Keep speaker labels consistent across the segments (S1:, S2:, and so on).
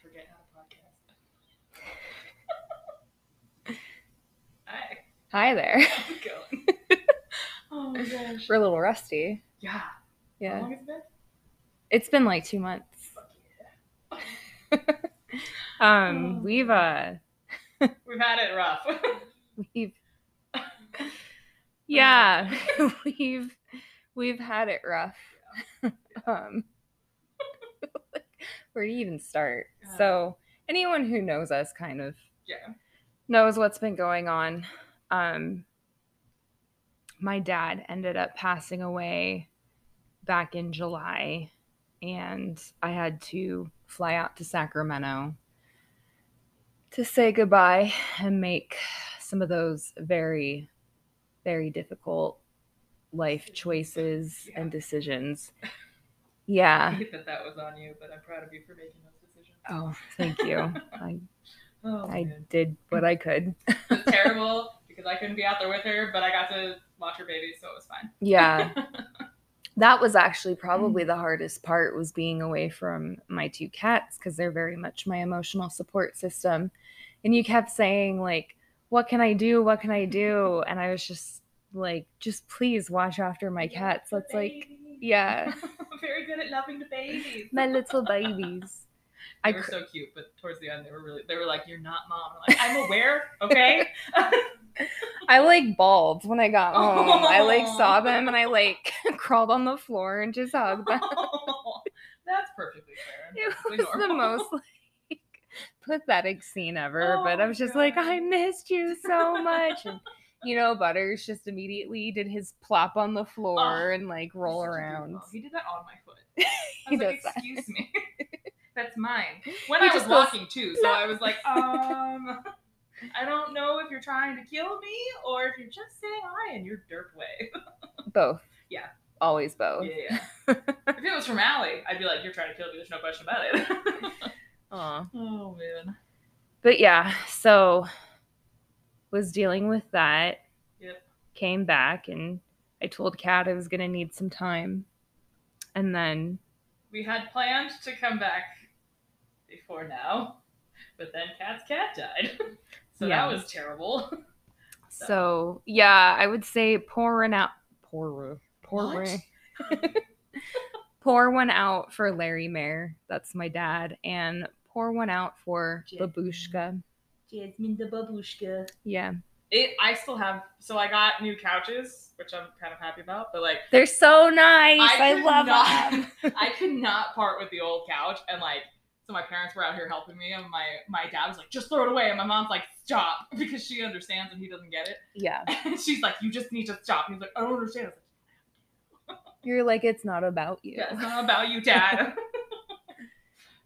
S1: forget how to podcast. Hi,
S2: Hi there.
S1: how's it going? oh my gosh.
S2: We're a little rusty.
S1: Yeah. How
S2: Yeah.
S1: long has it been?
S2: It's been like two months.
S1: Fuck yeah.
S2: Um,
S1: Oh.
S2: we've uh
S1: We've had it rough.
S2: we've
S1: Oh.
S2: Yeah. we've we've had it rough. um where do you even start?
S1: Yeah.
S2: So anyone who knows us kind of
S1: yeah.
S2: knows what's been going on. Um, my dad ended up passing away back in July, and I had to fly out to Sacramento to say goodbye and make some of those very, very difficult life choices and decisions.
S1: I
S2: Yeah.
S1: hate that that was on you, but I'm proud of you for making those decisions.
S2: Oh, thank you. I,
S1: Oh,
S2: I
S1: man.
S2: did what I could.
S1: It's terrible because I couldn't be out there with her, but I got to watch her baby, so it was fine.
S2: Yeah. that was actually
S1: Mm.
S2: probably the hardest part was being away from my two cats because they're very much my emotional support system and you kept saying like what can i do what can i do and i was just like just please watch after my
S1: Yeah,
S2: cats
S1: the
S2: let's like
S1: baby.
S2: yeah
S1: I'm very good at loving the babies.
S2: my little babies
S1: They
S2: i
S1: were
S2: cr-
S1: so cute, but towards the end, they were really, they were like, You're not mom. I'm like, I'm aware, okay?
S2: i like bawled when i got home i like saw
S1: Aw.
S2: them and i like crawled on the floor and just hugged them
S1: That's perfectly fair. and
S2: It
S1: perfectly
S2: was the
S1: normal.
S2: most like pathetic scene ever,
S1: Oh
S2: but I was
S1: my
S2: just like,
S1: God.
S2: I missed you so much. And, you know, Butters just immediately did his plop on the floor
S1: Oh,
S2: and like
S1: He's
S2: roll
S1: such a good
S2: around.
S1: mom. He did that on my foot. I
S2: He
S1: was like,
S2: does that.
S1: Excuse me. That's mine. When
S2: He
S1: I was
S2: just goes,
S1: walking too, so
S2: "No."
S1: I was like, um, I don't know if you're trying to kill me or if you're just saying hi in your derp way.
S2: Both.
S1: Yeah.
S2: Always both.
S1: Yeah, yeah. if it was from Allie, I'd be like, you're trying to kill me. There's no question about it.
S2: Aw.
S1: oh man.
S2: But yeah, so was dealing with that.
S1: Yep.
S2: Came back and I told Kat I was gonna need some time. And then
S1: We had planned to come back before now, but then Cat's cat died. So
S2: Yeah.
S1: that was terrible. So-
S2: so yeah, I would say pouring out pour
S1: What?
S2: pouring pour one out for Larry Mayer, that's my dad, and pour one out for
S1: Jim.
S2: Babushka.
S1: Jasmine the babushka.
S2: Yeah.
S1: It, I still have. So I got new couches, which I'm kind of happy about. But like,
S2: They're so nice. I,
S1: could
S2: love
S1: not,
S2: them.
S1: I could not part with the old couch, and like, so my parents were out here helping me, and my my dad was like, "Just throw it away," and my mom's like, "Stop," because she understands and he doesn't get it.
S2: Yeah.
S1: And she's like, "You just need to stop." And he's like, "I don't understand." I was like,
S2: You're like, it's not about you.
S1: yeah, it's not about you, Dad.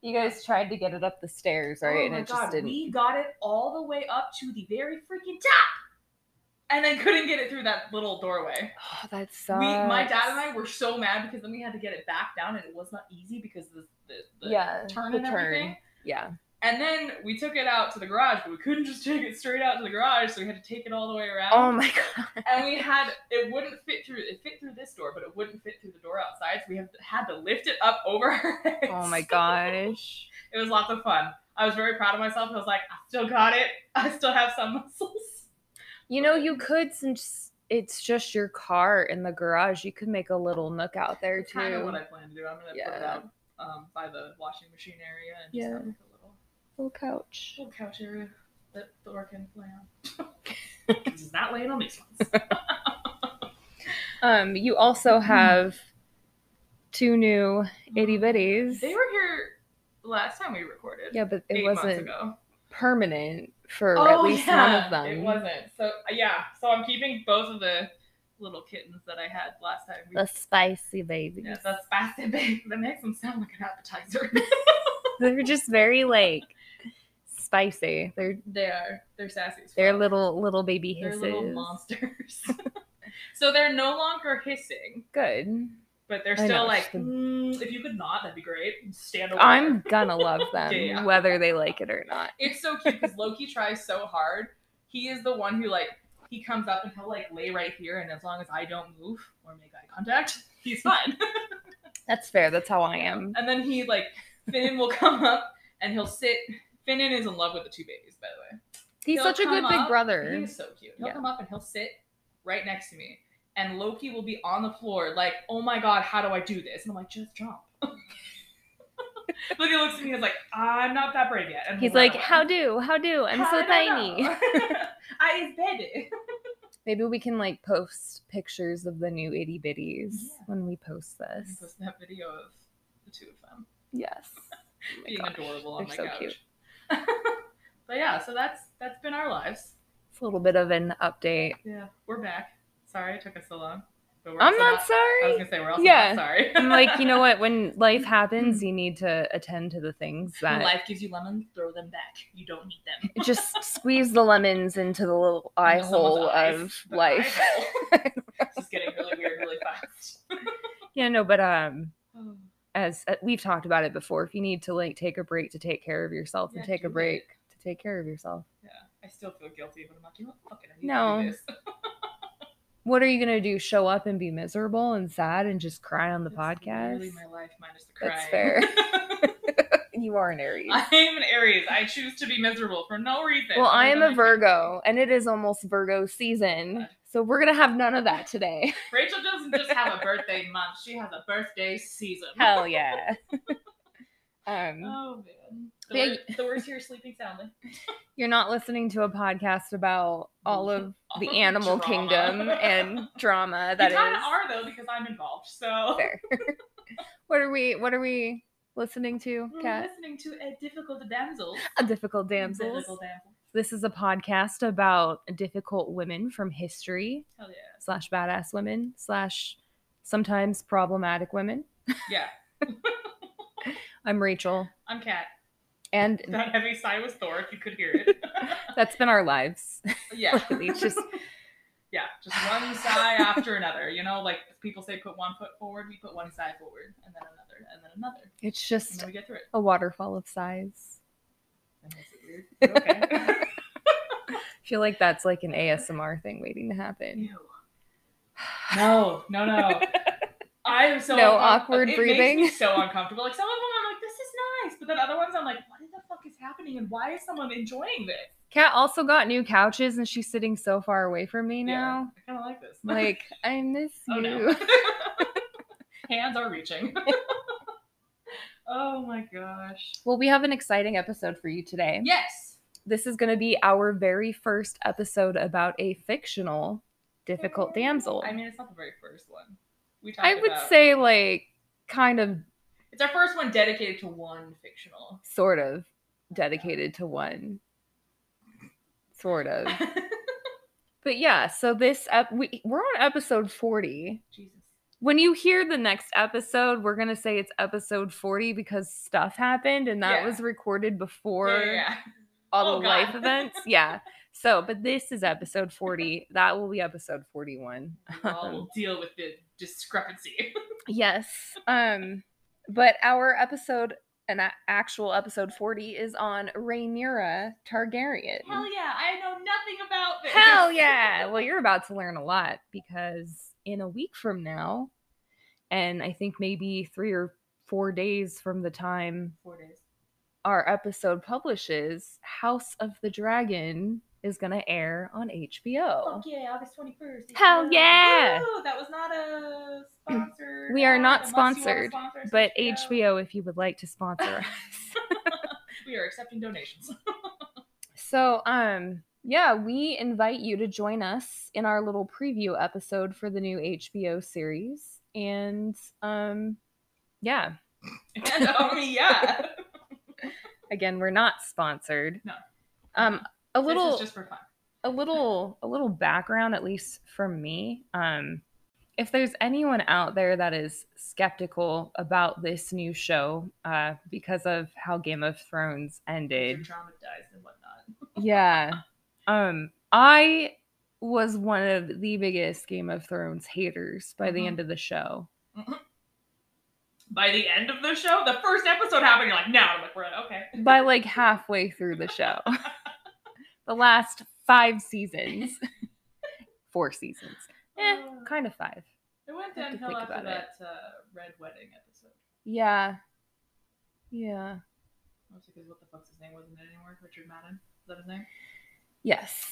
S2: You guys tried to get it up the stairs, right?
S1: Oh
S2: and
S1: my
S2: it just
S1: god,
S2: didn't.
S1: we got it all the way up to the very freaking top, and then couldn't get it through that little doorway.
S2: Oh, that
S1: we,
S2: sucks.
S1: my dad and I were so mad because then we had to get it back down, and it was not easy because the the, the
S2: Yeah.
S1: turn
S2: the
S1: and everything.
S2: Yeah.
S1: And then we took it out to the garage, but we couldn't just take it straight out to the garage, so we had to take it all the way around.
S2: Oh my god.
S1: and we had it wouldn't fit through it fit through this door, but it wouldn't fit through the door outside. So we have, had to lift it up over our heads.
S2: Oh my gosh.
S1: It was lots of fun. I was very proud of myself. I was like, I still got it. I still have some muscles.
S2: You know, you could since it's just your car in the garage, you could make a little nook out there
S1: That's kind of what
S2: too.
S1: I plan to do. I'm gonna put it
S2: Yeah.
S1: out um, by the washing machine area and just
S2: Yeah.
S1: have like a little
S2: Little couch.
S1: little couch area that Thor can lay on. Because he's not laying on these ones.
S2: Um, you also
S1: Hmm.
S2: have two new itty bitties.
S1: They were here last time we recorded.
S2: Yeah, but it
S1: eight months
S2: wasn't
S1: ago.
S2: permanent for
S1: Oh,
S2: at least
S1: yeah,
S2: one of them.
S1: It wasn't. So yeah, so I'm keeping both of the little kittens that I had last time.
S2: The spicy babies.
S1: yeah, the spicy baby. That makes them sound like an appetizer.
S2: They're just very like spicy. They're
S1: they are. They're sassy. as
S2: they're
S1: fuck.
S2: little little baby
S1: They're
S2: hisses.
S1: little monsters. So they're no longer hissing,
S2: Good.
S1: but they're
S2: I
S1: still
S2: know,
S1: like,
S2: it's the-
S1: "Mm, if you could not, that'd be great. Stand away.
S2: I'm gonna love them
S1: Yeah, yeah.
S2: whether they like it or not.
S1: It's so cute because Loki tries so hard. He is the one who like he comes up and he'll like lay right here, and as long as I don't move or make eye contact, he's fine.
S2: That's fair. That's how I am.
S1: and then he like Finnan will come up and he'll sit. Finnan is in love with the two babies, by the way.
S2: He's
S1: He'll
S2: such a
S1: come
S2: good big
S1: up,
S2: brother.
S1: He is so cute. He'll
S2: Yeah.
S1: come up and he'll sit right next to me. And Loki will be on the floor, like, oh my god, how do I do this? And I'm like, just jump. Loki looks at me and is like, I'm not that brave yet. And
S2: He's
S1: run
S2: like,
S1: away.
S2: how do? How do? I'm
S1: How
S2: so
S1: do I know?"
S2: tiny.
S1: I is baby.
S2: Maybe we can like post pictures of the new itty bitties
S1: Yeah.
S2: when we post this.
S1: Post that video of the two of them
S2: Yes. Oh my
S1: being
S2: gosh.
S1: adorable on my
S2: they're so
S1: couch.
S2: cute.
S1: but yeah, so that's that's been our lives.
S2: It's a little bit of an update.
S1: Yeah, we're back. Sorry it took us so long. But we're
S2: I'm
S1: also
S2: not
S1: I was
S2: sorry.
S1: gonna say we're also
S2: Yeah.
S1: not sorry.
S2: I'm like, you know what? When life happens, you need to attend to the things
S1: When
S2: that
S1: Mm-hmm. life gives you lemons, throw them back. You don't need them.
S2: just squeeze the lemons into the little eye
S1: Into someone's
S2: hole
S1: eyes.
S2: of
S1: The eye
S2: life.
S1: hole. It's just getting really weird really fast. Oh,
S2: yeah, no, but um, as uh, we've talked about it before, if you need to like take a break to take care of yourself, and
S1: Yeah,
S2: take
S1: do
S2: a
S1: it.
S2: break to take care of yourself.
S1: yeah, I still feel guilty, but I'm like, you know what? Fuck it, I need
S2: No.
S1: to do this.
S2: What are you gonna do? Show up and be miserable and sad and just cry on the
S1: That's
S2: podcast?
S1: literally my life minus the crying.
S2: That's fair. you are an Aries.
S1: I'm an Aries. I choose to be miserable for no reason.
S2: well, I
S1: other
S2: am
S1: than
S2: a Virgo, and it is almost Virgo season, so we're gonna have none of that today.
S1: Rachel doesn't just have a birthday month; she has a birthday season.
S2: Hell yeah. um,
S1: Oh man. The,
S2: Yeah,
S1: wor- the worst here sleeping soundly.
S2: you're not listening to a podcast about all of
S1: All
S2: the
S1: of
S2: animal
S1: drama.
S2: kingdom and drama that
S1: you
S2: is
S1: kind of are though because I'm involved. So
S2: there. what are we? What are we listening to,
S1: we're
S2: Kat?
S1: listening to a difficult damsel.
S2: A difficult damsels.
S1: Difficult damsel.
S2: This is a podcast about difficult women from history
S1: Hell yeah.
S2: slash badass women slash sometimes problematic women.
S1: Yeah.
S2: I'm Rachel,
S1: I'm Kat.
S2: and
S1: That heavy sigh was Thor, if you could hear it.
S2: that's been our lives.
S1: yeah.
S2: It's just
S1: Yeah. Just one sigh after another. You know, like people say put one foot forward, we put one sigh forward, and then another, and then another.
S2: it's
S1: And
S2: just
S1: then we get through it.
S2: a waterfall of sighs.
S1: That makes it weird. but Okay.
S2: I feel like that's like an ASMR thing waiting to happen.
S1: Ew. No, no, no. I am so
S2: No
S1: uncom-
S2: awkward
S1: it
S2: breathing.
S1: Makes me so uncomfortable. Like some of them, I'm like, this is nice, but then other ones, I'm like, what in the fuck is happening, and why is someone enjoying this?
S2: Kat also got new couches, and she's sitting so far away from me now.
S1: I kind of like this.
S2: Like I miss
S1: oh
S2: you.
S1: no, hands are reaching. oh my gosh.
S2: Well, we have an exciting episode for you today.
S1: Yes.
S2: This is going to be our very first episode about a fictional difficult damsel.
S1: Mm-hmm. I mean, it's not the very first one. We talked
S2: I would
S1: about-
S2: say like kind of
S1: it's our first one dedicated to one fictional.
S2: sort of dedicated to one sort of. But yeah, so this ep- we, we're on episode 40.
S1: Jesus.
S2: When you hear the next episode, we're going to say it's episode 40 because stuff happened and that
S1: Yeah.
S2: was recorded before
S1: Yeah, yeah, yeah.
S2: all
S1: Oh,
S2: the
S1: God.
S2: life events. Yeah. So, but this is episode 40. that will be episode 41.
S1: We all will deal with the discrepancy.
S2: Yes. Um but our episode an a- actual episode 40 is on Rhaenyra Targaryen.
S1: Hell yeah, I know nothing about this.
S2: Hell yeah. Well, you're about to learn a lot because in a week from now and I think maybe 3 or 4 days from the time
S1: Four days.
S2: our episode publishes, House of the Dragon is going to air on HBO.
S1: Fuck yeah, August 21st.
S2: Oh. Hell
S1: Woo!
S2: yeah!
S1: Woo! That was not a sponsor.
S2: We are not sponsored,
S1: sponsor us,
S2: But HBO if you would like to sponsor us.
S1: We are accepting donations.
S2: So, um, yeah, we invite you to join us in our little preview episode for the new HBO series. And um, yeah,
S1: and, um, yeah.
S2: again, we're not sponsored.
S1: No.
S2: Um, a
S1: This
S2: little
S1: is just for fun.
S2: a little a little background at least from me um if there's anyone out there that is skeptical about this new show uh because of how game of thrones
S1: You're
S2: ended
S1: traumatized and whatnot.
S2: yeah um i was one of the biggest Game of Thrones haters by the
S1: Mhm.
S2: end of the show.
S1: By the end of the show, the first episode happened. You're like, no, I'm like, we're in. okay.
S2: By like halfway through the show, the last five seasons, four seasons, eh,
S1: Uh,
S2: kind of five.
S1: It went
S2: I have to
S1: downhill
S2: think
S1: after
S2: about it.
S1: that uh, red wedding episode.
S2: Yeah, yeah,
S1: Mostly because what the fuck's his name wasn't it anymore? Richard Madden. Is that his name?
S2: yes.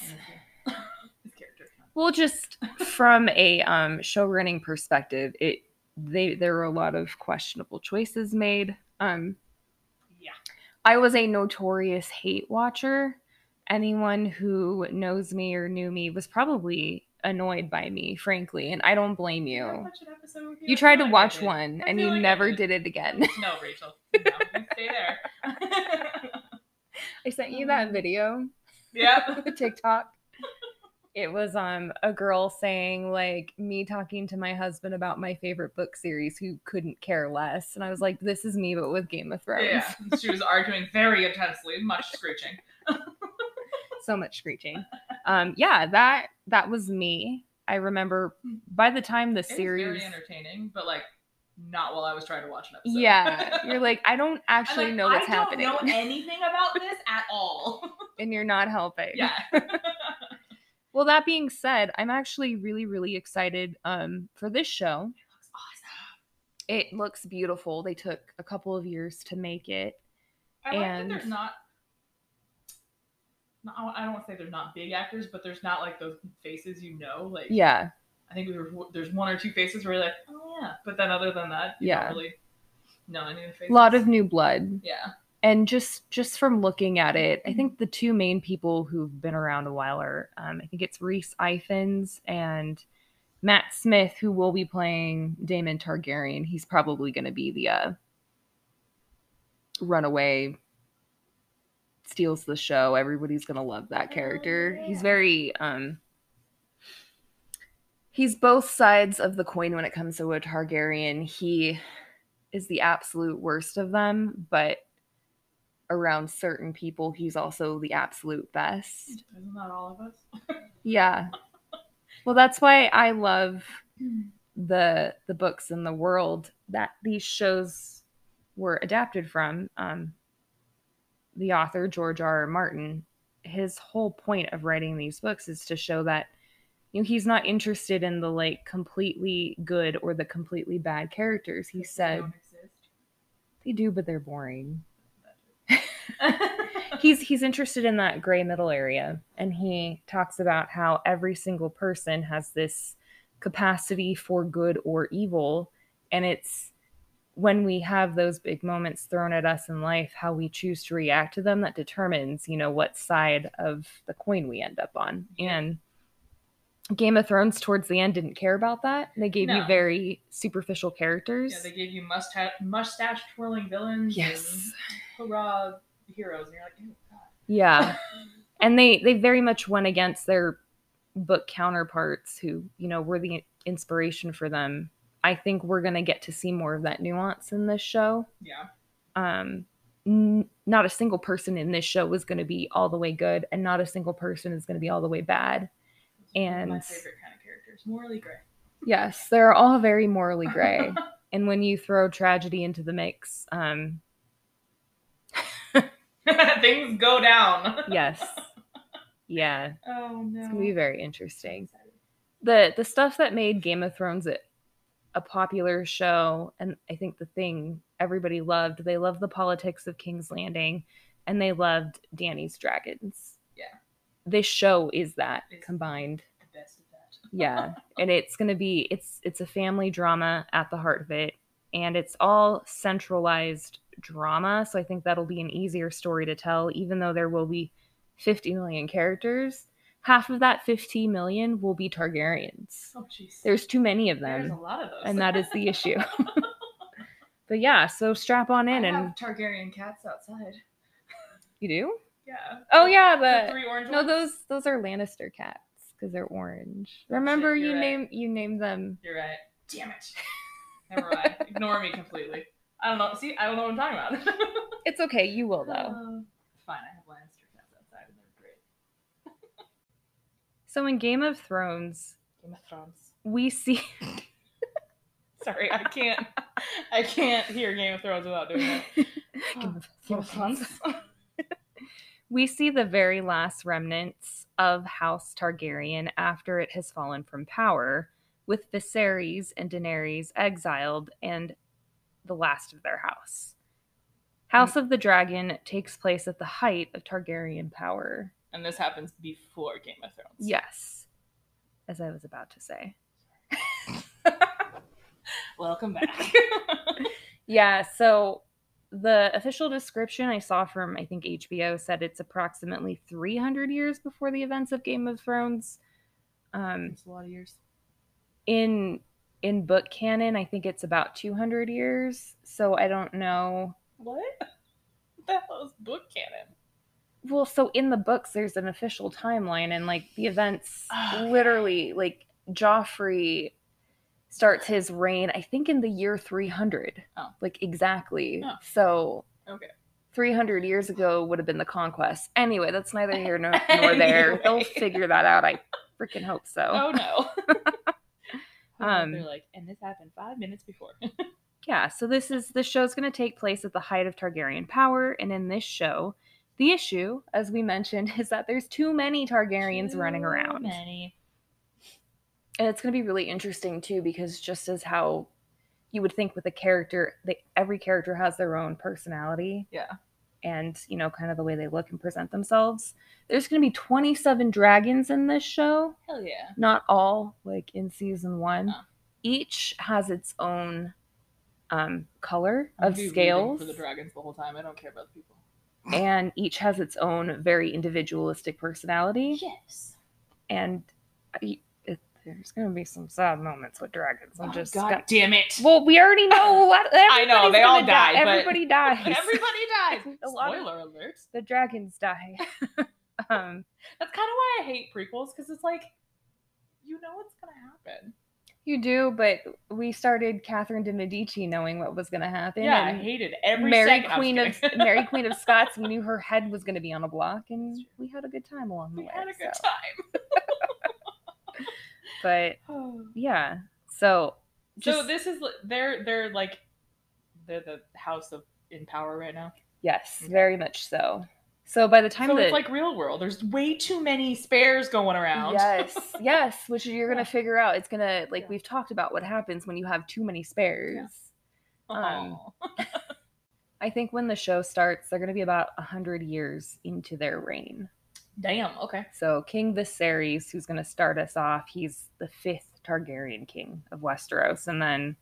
S1: his character.
S2: Well, just from a um, show running perspective, it they there were a lot of questionable choices made. Um,
S1: Yeah.
S2: I was a notorious hate watcher. Anyone who knows me or knew me was probably annoyed by me, frankly, and I don't blame
S1: Did I
S2: you.
S1: watch an episode with
S2: You
S1: I
S2: tried
S1: feel
S2: to
S1: like I
S2: watch
S1: did.
S2: one
S1: I
S2: and
S1: feel
S2: you
S1: like I
S2: never
S1: did.
S2: did it again.
S1: No, Rachel. No, you stay there.
S2: I sent you
S1: Um,
S2: that video,
S1: yep.
S2: the TikTok. It was um a girl saying like me talking to my husband about my favorite book series who couldn't care less and I was like this is me but with Game of Thrones.
S1: Yeah. She was arguing very intensely, much screeching.
S2: so much screeching. Um, yeah, that that was me. I remember by the time the
S1: It was very
S2: series,
S1: entertaining, but like not while I was trying to watch an episode.
S2: yeah, you're like, I don't
S1: I'm
S2: actually
S1: like,
S2: know what's
S1: I
S2: happening,
S1: don't know anything about this at all.
S2: and you're not helping.
S1: yeah.
S2: Well, that being said, I'm actually really, really excited um, for this show.
S1: Looks awesome.
S2: It looks beautiful. They took a couple of years to make it.
S1: I like that
S2: And-
S1: there's not. no, I don't- I don't want to say there's not big actors, but there's not like those faces you know. Like
S2: Yeah,
S1: I think there's there's one or two faces where you're like, oh yeah, but then other than that, you
S2: Yeah.
S1: don't really know any of the
S2: a
S1: faces.
S2: lot of new blood,
S1: yeah.
S2: and just just from looking at it, I think the two main people who've been around a while are, um, I think it's Reese Ifans and Matt Smith, who will be playing Damon Targaryen, he's probably going to be the uh, runaway, steals the show. Everybody's going to love that
S1: Oh,
S2: character. He's
S1: yeah.
S2: very, um, he's both sides of the coin when it comes to a Targaryen. He is the absolute worst of them, but around certain people, he's also the absolute best.
S1: Isn't that all of us?
S2: Yeah. Well, that's why I love the the books in the world that these shows were adapted from um the author George R. R. Martin his whole point of writing these books is to show that you know he's not interested in the like completely good or the completely bad characters he
S1: They
S2: said
S1: don't exist.
S2: they do but they're boring
S1: That-
S2: he's he's interested in that gray middle area and he talks about how every single person has this capacity for good or evil and it's when we have those big moments thrown at us in life how we choose to react to them that determines you know what side of the coin we end up on and game of thrones towards the end didn't care about that they gave you
S1: No.
S2: very superficial characters
S1: Yeah, they gave you mustache mustache twirling villains.
S2: Yes.
S1: And hurrah heroes, and you're like, oh god.
S2: Yeah. and they they very much went against their book counterparts who, you know, were the inspiration for them. I think we're going to get to see more of that nuance in this show.
S1: Yeah.
S2: Um n- not a single person in this show is going to be all the way good and not a single person is going to be all the way bad.
S1: Those are my
S2: And-
S1: favorite kind of characters, morally gray.
S2: Yes, they're all very morally gray. and when you throw tragedy into the mix, um
S1: Things go down.
S2: yes. Yeah,
S1: Oh no.
S2: it's going to be very interesting.
S1: Excited.
S2: the the stuff that made Game of Thrones a, a popular show, and I think the thing everybody loved, they loved the politics of King's Landing, and they loved Danny's dragons.
S1: Yeah.
S2: this show is that
S1: It's-
S2: combined.
S1: The best of that.
S2: Yeah, and it's gonna be it's it's a family drama at the heart of it, and it's all centralized drama. So I think that'll be an easier story to tell, even though there will be 50 million characters. Half of that 50 million will be Targaryens.
S1: Oh jeez.
S2: There's too many of
S1: There's a
S2: them,
S1: lot of those.
S2: and that is the issue. but yeah, so strap on in,
S1: I
S2: and
S1: have Targaryen cats outside.
S2: you do.
S1: Yeah.
S2: Oh yeah,
S1: The
S2: the
S1: three orange
S2: no,
S1: ones?
S2: those those are Lannister cats because they're orange.
S1: Oh, shit,
S2: Remember,
S1: you're
S2: you
S1: right.
S2: name you named them.
S1: You're right. Damn it. Never mind. Ignore me completely. I don't know. See, I don't know what I'm talking about.
S2: It's okay, you
S1: Uh.
S2: will though.
S1: Um, fine, I have Lannister cats outside and they're great.
S2: So in Game of Thrones,
S1: Game of Thrones.
S2: we see
S1: Sorry, I can't. I can't hear Game of Thrones without doing that.
S2: Game of Thrones. we see the very last remnants of House Targaryen after it has fallen from power, with Viserys and Daenerys exiled and the last of their house. House of the Dragon takes place at the height of Targaryen power.
S1: and this happens before Game of Thrones.
S2: Yes, as I was about to say.
S1: Welcome back.
S2: Yeah, so the official description I saw from I think HBO said it's approximately 300 years before the events of Game of Thrones. Um,
S1: it's a lot of years.
S2: in in book canon, I think it's about 200 years. So I don't know.
S1: What? What the hell is book canon?
S2: Well, so in the books, there's an official timeline, and like the events,
S1: Okay.
S2: literally, like Joffrey starts his reign. I think in the year 300.
S1: Oh.
S2: like exactly.
S1: Oh.
S2: So
S1: Okay.
S2: 300 years ago would have been the conquest. Anyway, that's neither here nor, nor there. They'll
S1: Anyway.
S2: figure that out. I freaking hope so.
S1: Oh, no.
S2: Um,
S1: They're like, and this happened five minutes before.
S2: Yeah, so this is this show's going to take place at the height of Targaryen power and in this show, the issue as we mentioned is that there's too many Targaryens
S1: Too
S2: running around.
S1: Many.
S2: And it's going to be really interesting too because just as how you would think with a character, they, every character has their own personality.
S1: Yeah.
S2: And, you know, kind of the way they look and present themselves. There's going to be 27 dragons in this show.
S1: Hell yeah.
S2: not all like in season one
S1: Oh.
S2: each has its own um color
S1: I'm
S2: of
S1: gonna be rooting
S2: scales
S1: for the dragons the whole time. I don't care about the people.
S2: and each has its own very individualistic personality
S1: Yes.
S2: and I- it, there's gonna be some sad moments with dragons i'm
S1: Oh,
S2: just
S1: God
S2: gonna-
S1: damn it.
S2: well we already know what
S1: I know, they
S2: everybody's
S1: all
S2: gonna die.
S1: die, but-
S2: everybody dies
S1: Everybody dies.
S2: A lot of-
S1: Spoiler alert.
S2: the dragons die um
S1: That's kind of why I hate prequels because it's like, you know what's gonna happen.
S2: you do but we started catherine de medici knowing what was gonna happen
S1: Yeah, I
S2: and
S1: hated every
S2: Mary
S1: second. I was
S2: Queen of
S1: kidding.
S2: Mary Queen of Scots. We knew her head was going to be on a block, and we had a good time along the
S1: we
S2: way.
S1: had a good
S2: so-
S1: time.
S2: But yeah, so Oh, just
S1: so this is li- they're they're like they're the house of in power right now.
S2: yes,
S1: Okay.
S2: very much so. So by the time
S1: so
S2: that
S1: it's like real world. There's way too many spares going around.
S2: yes, yes, which you're going
S1: Yeah.
S2: to figure out, it's going to like
S1: Yeah.
S2: we've talked about what happens when you have too many spares. um,
S1: Aw.
S2: I think when the show starts, they're going to be about hundred years into their reign.
S1: Damn. Okay.
S2: So King Viserys, who's going to start us off, he's the fifth Targaryen king of Westeros, and then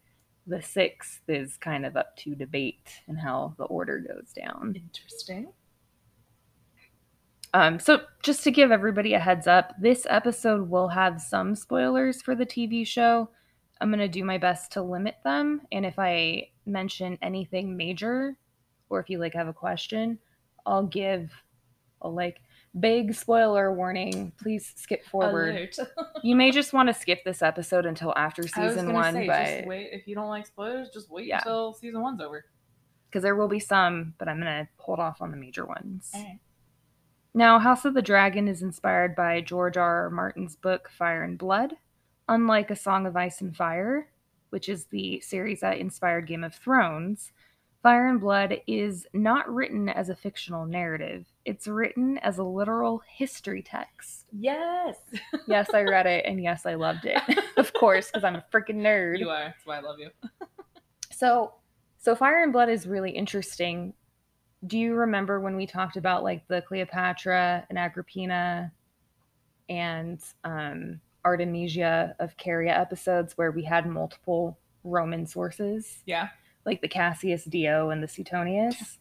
S2: the sixth is kind of up to debate and how the order goes down.
S1: Interesting.
S2: Um, so just to give everybody a heads up, this episode will have some spoilers for the TV show. I'm going to do my best to limit them, and if I mention anything major, or if you like have a question, I'll give a like big spoiler warning. Please skip forward.
S1: Alert.
S2: You may just want to skip this episode until after
S1: I was
S2: season
S1: gonna
S2: one,
S1: say, just
S2: but
S1: wait if you don't like spoilers, just wait
S2: Yeah.
S1: until season one's over.
S2: because there will be some, but I'm gonna hold off on the major ones.
S1: Alright.
S2: Now, House of the Dragon is inspired by George R. R. Martin's book Fire and Blood, unlike A Song of Ice and Fire, which is the series that inspired Game of Thrones. Fire and Blood is not written as a fictional narrative. It's written as a literal history text.
S1: Yes.
S2: Yes, I read it, and yes, I loved it. of course, because I'm a freaking nerd.
S1: You are. That's why I love you.
S2: So, so Fire and Blood is really interesting. Do you remember when we talked about like the Cleopatra and Agrippina and um, Artemisia of Caria episodes where we had multiple Roman sources?
S1: Yeah.
S2: Like the Cassius Dio and the Suetonius.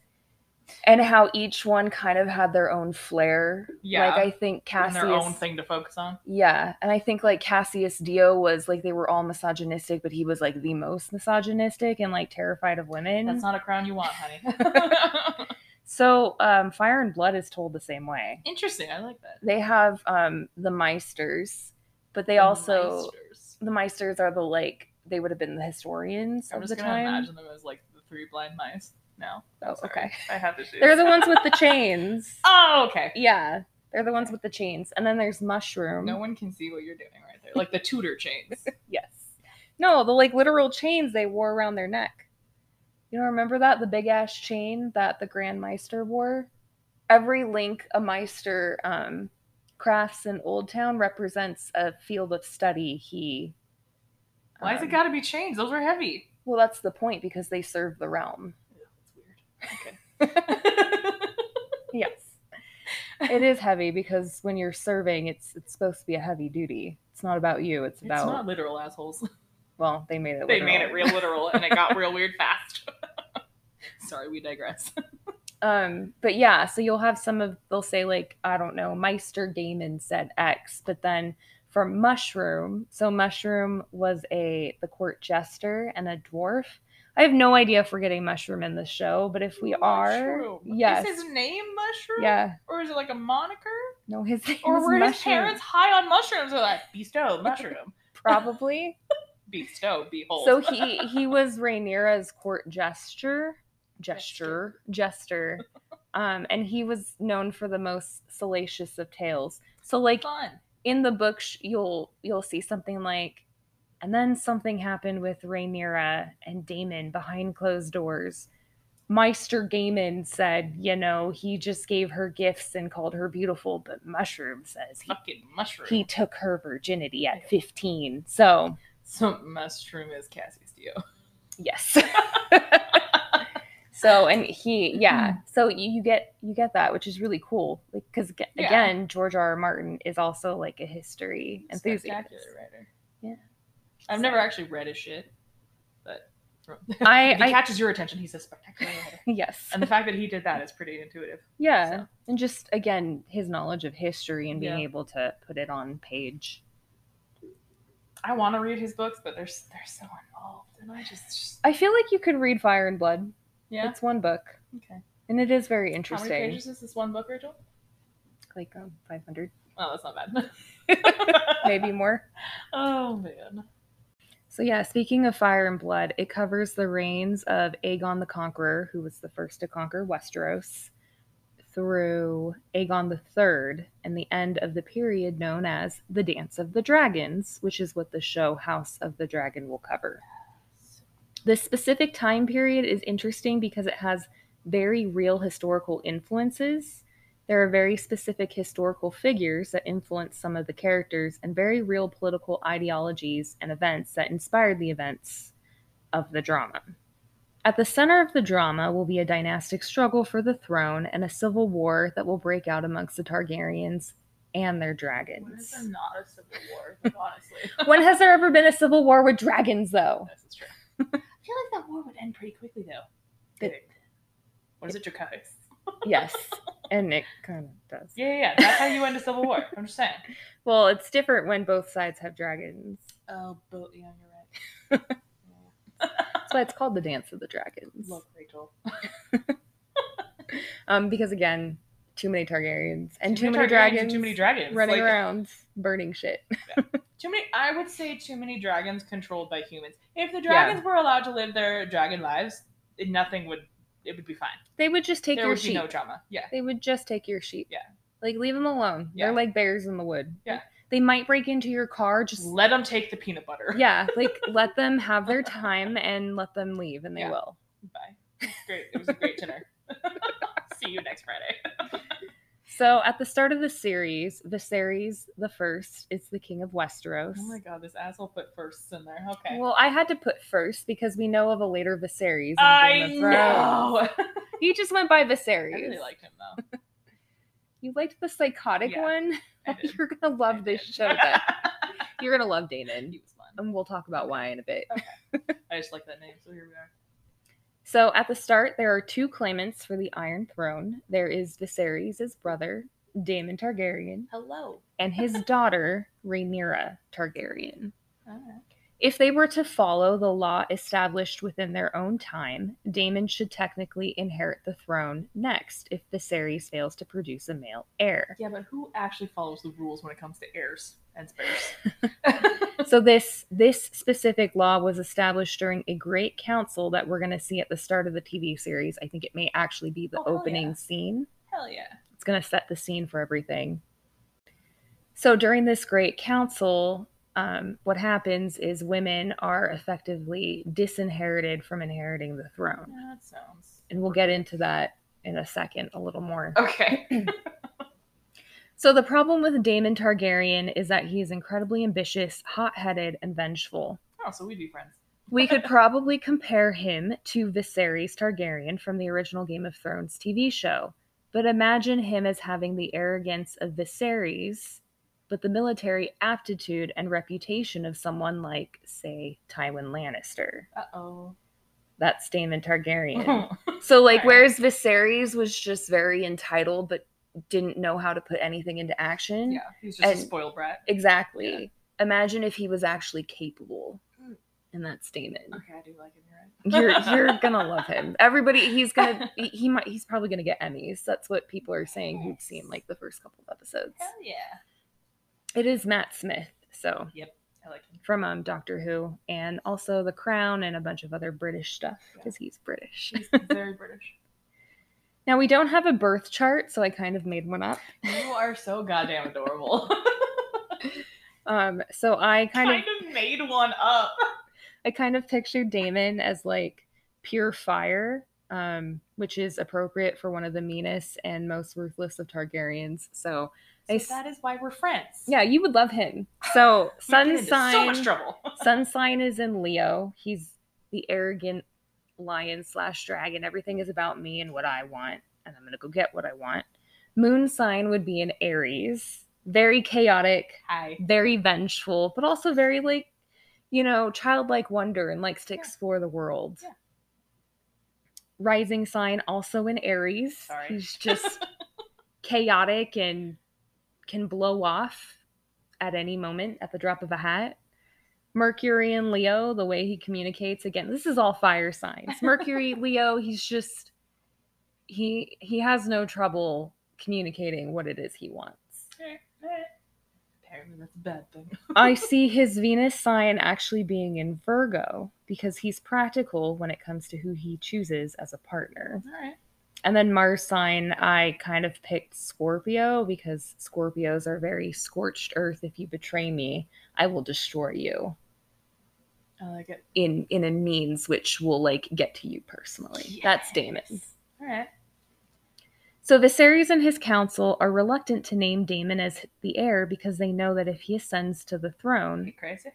S2: And how each one kind of had their own flair.
S1: Yeah.
S2: Like I think
S1: And
S2: Cassius
S1: their own thing to focus on.
S2: yeah, and I think like Cassius Dio was like they were all misogynistic, but he was like the most misogynistic and like terrified of women.
S1: That's not a crown you want, honey.
S2: so um, Fire and Blood is told the same way.
S1: Interesting. I like that.
S2: They have um, the Meisters, but they
S1: The
S2: also
S1: Meisters.
S2: the Meisters are the like they would have been the historians
S1: I'm
S2: of
S1: just
S2: the
S1: gonna
S2: time.
S1: imagine them as like the three blind mice. No. I'm
S2: Oh,
S1: sorry.
S2: okay.
S1: I have issues.
S2: They're the ones with the chains.
S1: Oh, okay.
S2: Yeah, They're the ones with the chains. And then there's mushroom.
S1: No one can see what you're doing right there. Like the Tudor chains.
S2: Yes. No, the like literal chains they wore around their neck. You don't remember that? The big ass chain that the Grand Meister wore? Every link a Meister um, crafts in Old Town represents a field of study he.
S1: Why has it
S2: um,
S1: got to be chains? Those are heavy.
S2: Well, that's the point because they serve the realm.
S1: That's weird. Okay.
S2: Yes. it is heavy because when you're serving, it's it's supposed to be a heavy duty. It's not about you. It's about
S1: It's not literal assholes.
S2: well, they made it.
S1: They made
S2: literal.
S1: it real literal and it got real weird fast. Sorry, we digress.
S2: Um, but yeah, so you'll have some of they'll say like I don't know, Meister Damon said X, but then for mushroom, so mushroom was a the court jester and a dwarf. I have no idea if we're getting mushroom in the show, but if we are,
S1: Mushroom.
S2: yes,
S1: Is his name Mushroom?
S2: yeah,
S1: Or is it like a moniker?
S2: no, his name
S1: Or
S2: is
S1: were his
S2: Mushroom,
S1: parents high on mushrooms? They're like, bestow, mushroom.
S2: probably.
S1: bestow, behold.
S2: So he he was Rhaenyra's court gesture, gesture, jester, um, and he was known for the most salacious of tales. So like
S1: fun.
S2: in the book, sh- you'll you'll see something like, and then something happened with Rhaenyra and Damon behind closed doors. Meister Gaiman said, you know, he just gave her gifts and called her beautiful, but Mushroom says he,
S1: Fucking mushroom.
S2: he took her virginity at 15. So,
S1: so mushroom is Cassie's deal.
S2: yes. so and he
S1: Hmm.
S2: yeah so you, you get you get that which is really cool like because
S1: Yeah.
S2: again george r r martin is also like a history enthusiast
S1: Spectacular writer.
S2: Yeah.
S1: I've never actually read his shit, but
S2: I-
S1: if he
S2: I-
S1: catches your attention, he's a spectacular writer.
S2: yes
S1: And the fact that he did that is pretty intuitive.
S2: yeah
S1: so.
S2: and just again his knowledge of history and being
S1: Yeah.
S2: able to put it on page
S1: I want to read his books, but they're s- they're so involved, and I just, just-
S2: i feel like you could read fire and blood
S1: yeah.
S2: it's one book
S1: okay.
S2: and it is
S1: How
S2: very
S1: many
S2: interesting
S1: pages is this one book, Rachel?
S2: like um, 500
S1: Oh, that's not bad.
S2: maybe more
S1: oh man.
S2: So yeah, speaking of fire and blood, it covers the reigns of Aegon the Conqueror, who was the first to conquer Westeros, through Aegon the Third, and the end of the period known as the Dance of the Dragons, which is what the show House of the Dragon will cover. This specific time period is interesting because it has very real historical influences. There are very specific historical figures that influence some of the characters and very real political ideologies and events that inspired the events of the drama. At the center of the drama will be a dynastic struggle for the throne and a civil war that will break out amongst the Targaryens and their
S1: When is
S2: dragons.
S1: there not a civil war? Like, honestly,
S2: when has there ever been a civil war with dragons, though?
S1: this is true. I feel like that war would end pretty quickly, though.
S2: Good.
S1: Good. What is it, Draconis?
S2: Yes, and it kind of does.
S1: Yeah, yeah, yeah. That's how you end a civil war. I'm just saying.
S2: Well, it's different when both sides have dragons.
S1: Oh, but yeah, you're right. Yeah.
S2: That's why it's called the Dance of the Dragons.
S1: Look, Rachel.
S2: Um, because again, too many Targaryens and too, many,
S1: Targaryens
S2: dragons,
S1: and Too many dragons.
S2: running
S1: Like,
S2: around burning shit.
S1: Too many. I would say too many dragons controlled by humans. If the dragons were allowed to live their dragon lives, it- nothing would. It would be fine.
S2: They would just take
S1: there
S2: your
S1: would be
S2: sheep.
S1: no drama. Yeah.
S2: they would just take your sheep.
S1: Yeah.
S2: Like leave them alone.
S1: Yeah.
S2: They're like bears in the wood.
S1: Yeah.
S2: They might break into your car. Just
S1: Let them take the peanut butter.
S2: yeah, like let them have their time and let them leave, and they
S1: Yeah.
S2: will.
S1: Bye. It's great. It was a great dinner. See you next Friday.
S2: So at the start of the series, Viserys the First is the king of Westeros.
S1: Oh my god, this asshole put firsts in there. Okay.
S2: Well, I had to put first because we know of a later Viserys. in
S1: I
S2: Game of Thrones.
S1: know.
S2: He just went by
S1: I
S2: Viserys.
S1: really liked him though.
S2: you liked the psychotic
S1: Yeah,
S2: one.
S1: I did.
S2: You're gonna love
S1: I
S2: this
S1: did.
S2: show. Then. You're gonna love
S1: he
S2: Danon,
S1: was fun.
S2: and we'll talk about why in a bit.
S1: I just like that name. So here we are.
S2: So at the start, there are two claimants for the Iron Throne. There is Viserys' brother, Daemon Targaryen,
S1: Hello.
S2: and his daughter, Rhaenyra Targaryen.
S1: Alright.
S2: If they were to follow the law established within their own time, Damon should technically inherit the throne next if Viserys fails to produce a male heir.
S1: Yeah, but who actually follows the rules when it comes to heirs and spares?
S2: So this this specific law was established during a great council that we're going to see at the start of the TV series. I think it may actually be the
S1: Oh, hell
S2: opening
S1: yeah.
S2: scene.
S1: Hell yeah.
S2: It's It's going to set the scene for everything. So during this great council, um, what happens is women are effectively disinherited from inheriting the throne.
S1: Yeah, that sounds
S2: And we'll get into that in a second a little more.
S1: okay.
S2: So the problem with Damon Targaryen is that he is incredibly ambitious, hot-headed, and vengeful.
S1: Oh, so we'd be friends.
S2: We could probably compare him to Viserys Targaryen from the original Game of Thrones TV show, but imagine him as having the arrogance of Viserys, but the military aptitude and reputation of someone like, say, Tywin Lannister.
S1: Uh oh.
S2: That's Damon Targaryen.
S1: yeah.
S2: so, like,
S1: Right.
S2: whereas Viserys was just very entitled but didn't know how to put anything into action.
S1: He's just
S2: And-
S1: a spoiled brat.
S2: Exactly. Imagine if he was actually capable. And that's Damon.
S1: Okay, I do like him. You're
S2: you're
S1: right.
S2: you're gonna love him. Everybody, he's gonna he, he might he's probably gonna get Emmys. That's what people are saying who've seen like the first couple of episodes.
S1: Hell yeah.
S2: It is Matt Smith, so
S1: I like him.
S2: from um Doctor Who and also The Crown and a bunch of other British stuff because he's British.
S1: He's very British.
S2: Now we don't have a birth chart, so I kind of made one up.
S1: You are so goddamn adorable.
S2: Um, so I kind, of,
S1: made one up.
S2: I kind of pictured Damon as like pure fire. Um, which is appropriate for one of the meanest and most ruthless of Targaryens. So I
S1: So
S2: s-
S1: that is why we're friends.
S2: Yeah, you would love him. So
S1: We get
S2: sun
S1: into So
S2: sign,
S1: much trouble.
S2: sun sign is in Leo. He's the arrogant lion slash dragon. Everything is about me and what I want, and I'm gonna go get what I want. Moon sign would be in Aries, very chaotic,
S1: Hi.
S2: very vengeful, but also very like, you know, childlike wonder and likes to
S1: Yeah.
S2: explore the world.
S1: Yeah.
S2: Rising sign also in Aries.
S1: Sorry.
S2: He's just chaotic and can blow off at any moment at the drop of a hat. Mercury in Leo, the way he communicates again, this is all fire signs. Mercury, Leo, he's just he he has no trouble communicating what it is he wants.
S1: Apparently that's a bad thing.
S2: I see his Venus sign actually being in Virgo because he's practical when it comes to who he chooses as a partner.
S1: All right.
S2: And then Mars sign, I kind of picked Scorpio because Scorpios are very scorched earth. If you betray me, I will destroy you
S1: I like it.
S2: in in a means which will like get to you personally. That's Damon.
S1: Yes. All right.
S2: So Viserys and his council are reluctant to name Damon as the heir because they know that if he ascends to the throne,
S1: You crazy?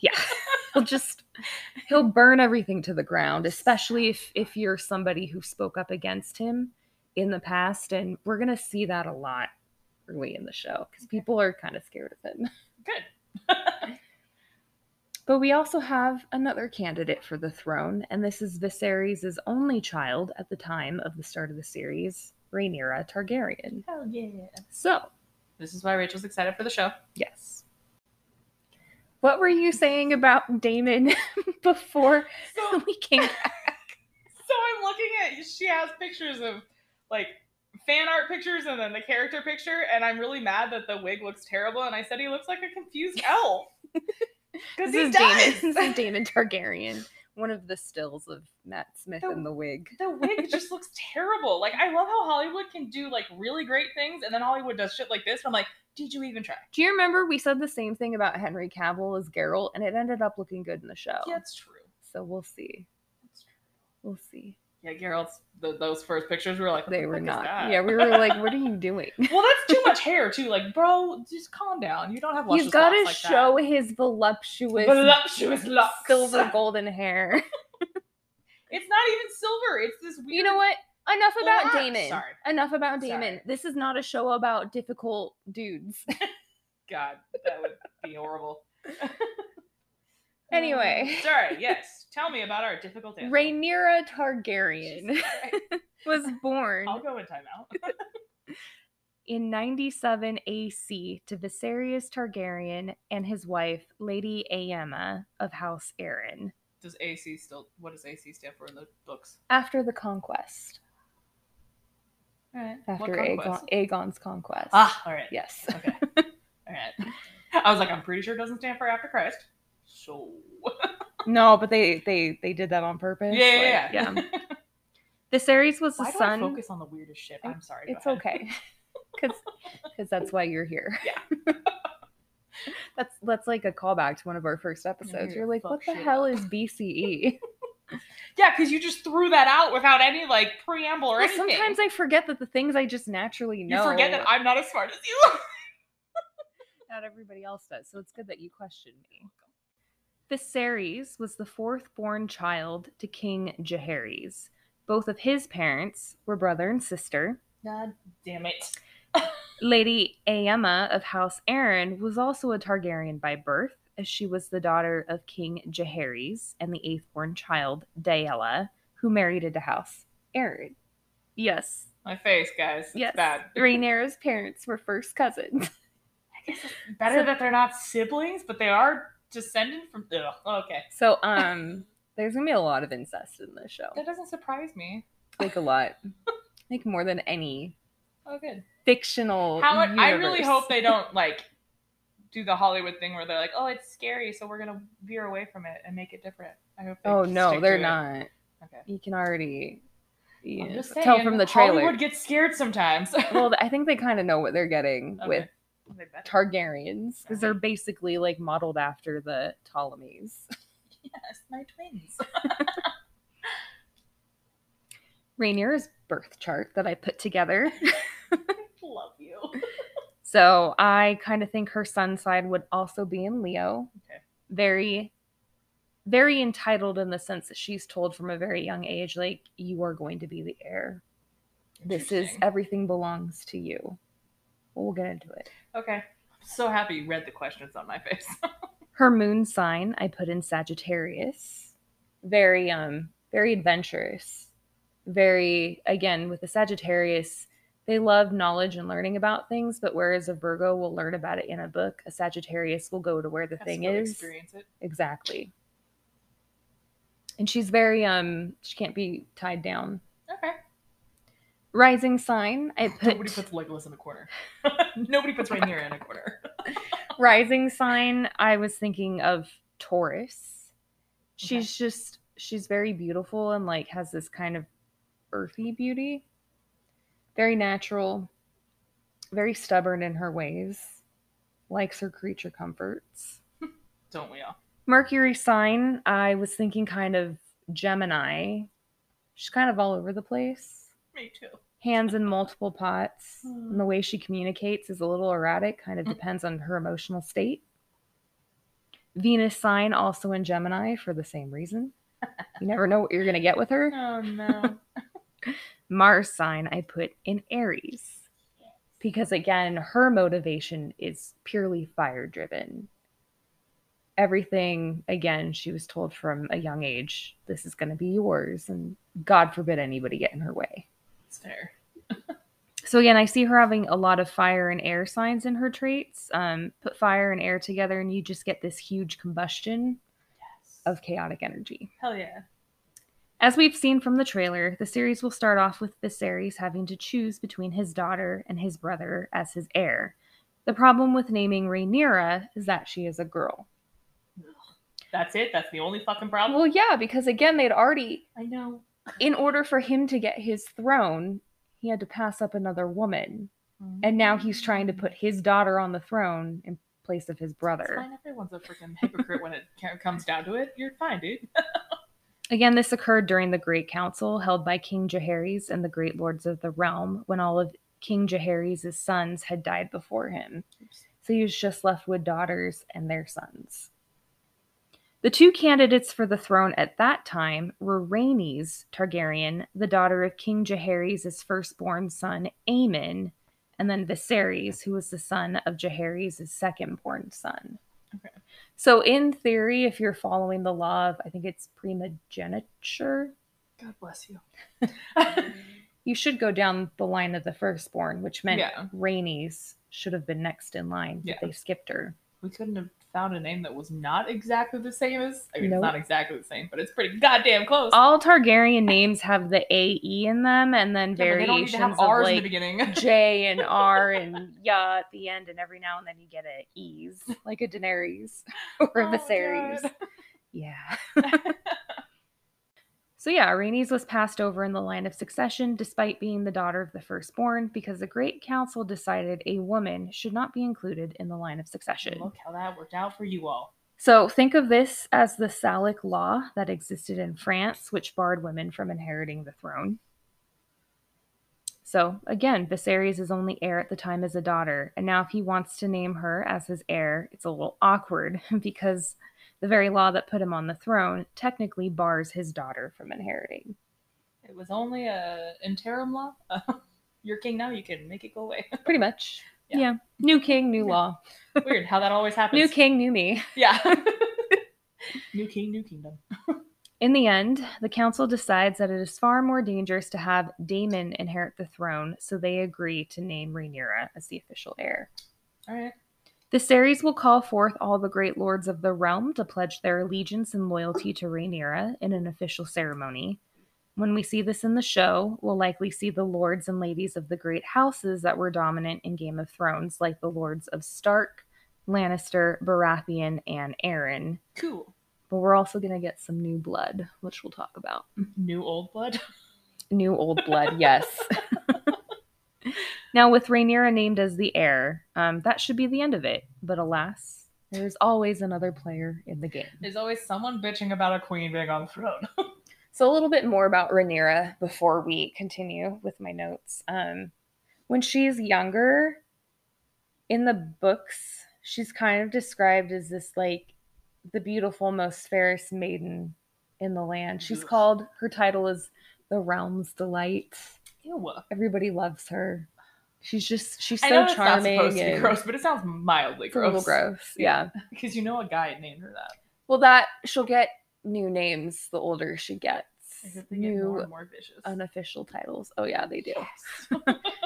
S2: Yeah. He'll just he'll burn everything to the ground, especially if if you're somebody who spoke up against him in the past and we're going to see that a lot early in the show cuz people are kind of scared of him.
S1: Good.
S2: But we also have another candidate for the throne and this is Viserys' only child at the time of the start of the series, Rhaenyra Targaryen.
S1: Hell yeah.
S2: So,
S1: This is why Rachel's excited for the show.
S2: yes. What were you saying about Damon before
S1: So
S2: we came
S1: So I'm looking at she has pictures of like fan art pictures and then the character picture, and I'm really mad that the wig looks terrible. And I said he looks like a confused elf because
S2: This
S1: he
S2: is
S1: does.
S2: Damon. This is Damon Targaryen. One of the stills of Matt Smith
S1: The-
S2: in the wig.
S1: The wig just looks terrible. Like I love how Hollywood can do like really great things, and then Hollywood does shit like this. And I'm like, did you even try?
S2: Do you remember we said the same thing about Henry Cavill as Geralt, and it ended up looking good in the show.
S1: Yeah, it's true.
S2: So we'll see.
S1: It's true.
S2: We'll see.
S1: Yeah, Geralt's th those first pictures were like what
S2: They
S1: the
S2: were
S1: fuck is
S2: not.
S1: that?
S2: Yeah, we were like, "What are you doing?"
S1: Well, that's too much hair too. Like, bro, just calm down. You don't have luscious
S2: He's got to
S1: locks like that.
S2: show his voluptuous,
S1: voluptuous locks.
S2: silver golden hair.
S1: It's not even silver. It's this weird.
S2: you know what? Enough
S1: Black.
S2: about Damon.
S1: Sorry.
S2: Enough about
S1: Sorry.
S2: Damon. This is not a show about difficult dudes.
S1: God, that would be horrible.
S2: Anyway.
S1: Um, sorry. Yes. Tell me about our difficult answer.
S2: Rhaenyra Targaryen was born.
S1: I'll go in timeout.
S2: in 97 AC to Viserys Targaryen and his wife, Lady Aemma of House Arryn,
S1: Does AC still? What does AC stand for in the books?
S2: after the conquest,
S1: All right.
S2: after
S1: what conquest?
S2: Aegon, Aegon's conquest.
S1: Ah. All right.
S2: Yes.
S1: Okay. All right. I was like, I'm pretty sure it doesn't stand for after Christ. So.
S2: No, but they they they did that on purpose.
S1: Yeah. Yeah.
S2: like,
S1: yeah.
S2: Viserys was the
S1: Why do I
S2: son.
S1: focus on the weirdest shit? I'm sorry. go
S2: It's
S1: ahead.
S2: okay. because because that's why you're here.
S1: Yeah.
S2: that's that's like a callback to one of our first episodes.
S1: Mhm,
S2: You're like,
S1: fuck
S2: what the
S1: shit
S2: hell is E?" BCE?
S1: Yeah, because you just threw that out without any like preamble or
S2: Well,
S1: anything.
S2: sometimes I forget that the things I just naturally
S1: you
S2: know.
S1: forget that I'm not as smart as you.
S2: not everybody else does. So it's good that you questioned me. Viserys was the fourth born child to King Jaehaerys. Both of his parents were brother and sister.
S1: God damn it.
S2: Lady Aemma of House Aaron was also a Targaryen by birth, as she was the daughter of King Jaehaerys and the eighth born child, Daella, who married into House Aaron. Yes,
S1: My face, guys. It's
S2: yes.
S1: bad.
S2: Rhaenyra's parents were first cousins.
S1: Better
S2: So-
S1: that they're not siblings, but they are descended from. Ugh, okay.
S2: So, um, there's gonna be a lot of incest in this show.
S1: That doesn't surprise me.
S2: Like a lot. Like more than any
S1: Oh, good.
S2: fictional.
S1: How it, I really
S2: universe.
S1: hope they don't like do the Hollywood thing where they're like, "Oh, it's scary, so we're gonna veer away from it and make it different." I hope. They
S2: Oh no,
S1: stick
S2: they're
S1: to it.
S2: not.
S1: Okay.
S2: You can already
S1: I'm
S2: yeah,
S1: just
S2: tell
S1: saying,
S2: from the trailer.
S1: Hollywood gets scared sometimes.
S2: well, I think they kind of know what they're getting
S1: Okay.
S2: with
S1: They better.
S2: Targaryens because they're basically like modeled after the Ptolemies.
S1: yes, my twins.
S2: Rainier's birth chart that I put together.
S1: Love you.
S2: So I kind of think her sun side would also be in Leo.
S1: Okay.
S2: Very, very entitled in the sense that she's told from a very young age, like, you are going to be the heir. This is
S1: Interesting.
S2: everything belongs to you. We'll get into it.
S1: okay. I'm so happy you read the questions on my face.
S2: Her moon sign, I put in Sagittarius. Very, um, very adventurous. Very, again, with the Sagittarius, they love knowledge and learning about things, but whereas a Virgo will learn about it in a book, a Sagittarius will go to where the
S1: Has to
S2: thing
S1: go
S2: is.
S1: experience it.
S2: Exactly. And she's very, um, she can't be tied down.
S1: Okay.
S2: Rising sign, I
S1: Nobody
S2: put
S1: puts Legolas in a corner. Nobody puts Rhaenyra in a corner.
S2: rising sign i was thinking of taurus she's just she's very beautiful and like has this kind of earthy beauty very natural very stubborn in her ways likes her creature comforts
S1: Don't we all?
S2: mercury sign i was thinking kind of gemini she's kind of all over the place
S1: Me too.
S2: hands in multiple pots
S1: Hmm.
S2: and the way she communicates is a little erratic kind of
S1: Mm.
S2: depends on her emotional state venus sign also in gemini for the same reason you never know what you're going to get with her
S1: Oh no.
S2: mars sign i put in aries because again her motivation is purely fire driven everything again she was told from a young age this is going to be yours and god forbid anybody get in her way
S1: It's fair.
S2: So again, I see her having a lot of fire and air signs in her traits. Um, put fire and air together, and you just get this huge combustion
S1: Yes.
S2: of chaotic energy.
S1: Hell yeah.
S2: As we've seen from the trailer, the series will start off with Viserys having to choose between his daughter and his brother as his heir. The problem with naming Rhaenyra is that she is a girl. Um,
S1: That's it. That's the only fucking problem.
S2: Well, yeah, because again, they'd already,
S1: I know.
S2: in order for him to get his throne, he had to pass up another woman.
S1: Mm-hmm.
S2: And now he's trying to put his daughter on the throne in place of his
S1: It's
S2: brother.
S1: fine. Everyone's a freaking hypocrite when it ca- comes down to it. You're fine, dude.
S2: Again, this occurred during the Great Council held by King Jaehaerys and the great lords of the realm when all of King Jaehaerys' sons had died before him. So he was just left with daughters and their sons. The two candidates for the throne at that time were Rhaenys Targaryen, the daughter of King Jaehaerys' firstborn son Aemon, and then Viserys, who was the son of Jaehaerys' second-born son.
S1: Okay.
S2: So, in theory, if you're following the law of, I think it's primogeniture,
S1: God bless you.
S2: you should go down the line of the firstborn, which meant
S1: Yeah.
S2: Rainey's should have been next in line, but
S1: Yeah.
S2: they skipped her.
S1: we couldn't have found a name that was not exactly the same as. I mean,
S2: Nope.
S1: it's not exactly the same, but it's pretty goddamn close.
S2: All Targaryen names have the AE in them and
S1: Yeah,
S2: then
S1: but they don't need
S2: variations
S1: to have
S2: of
S1: R's in the
S2: like
S1: beginning.
S2: J and R and ya at the end, and every now and then you get a E's, like a Daenerys or a
S1: Oh,
S2: Viserys.
S1: God.
S2: Yeah. So yeah, Aranes was passed over in the line of succession despite being the daughter of the firstborn because the Great Council decided a woman should not be included in the line of succession.
S1: Look how that worked out for you all.
S2: So think of this as the Salic law that existed in France, which barred women from inheriting the throne. So again, Viserys is only heir at the time as a daughter, and now if he wants to name her as his heir, it's a little awkward because the very law that put him on the throne technically bars his daughter from inheriting.
S1: It was only a interim law. you're king now. You can make it go away.
S2: Pretty much.
S1: Yeah.
S2: Yeah. New king, new law.
S1: Weird how that always happens.
S2: New king, new me.
S1: Yeah. new king, new kingdom.
S2: In the end, the council decides that it is far more dangerous to have Damon inherit the throne, so they agree to name Rhaenyra as the official heir.
S1: All right.
S2: The series will call forth all the great lords of the realm to pledge their allegiance and loyalty to Rhaenyra in an official ceremony. When we see this in the show, we'll likely see the lords and ladies of the great houses that were dominant in Game of Thrones, like the lords of Stark, Lannister, Baratheon, and Arryn.
S1: Cool.
S2: But we're also going to get some new blood, which we'll talk about.
S1: New old blood.
S2: New old blood, yes. now, with Rhaenyra named as the heir, um, that should be the end of it. But alas, there's always another player in the game.
S1: There's always someone bitching about a queen being on the throne.
S2: So, a little bit more about Rhaenyra before we continue with my notes. Um, when she's younger, in the books, she's kind of described as this like the beautiful, most fairest maiden in the land. She's
S1: Ugh.
S2: called, her title is The Realm's Delight.
S1: Ew.
S2: everybody loves her. She's just she's
S1: I know
S2: so
S1: that's not
S2: charming
S1: supposed to be
S2: and
S1: gross, but it sounds mildly
S2: it's a little
S1: gross.
S2: gross. Yeah.
S1: Because you know a guy named her that.
S2: Well, that she'll get new names the older she gets.
S1: I hope they get more
S2: New
S1: and more vicious.
S2: unofficial titles. Oh yeah, they do.
S1: Yes.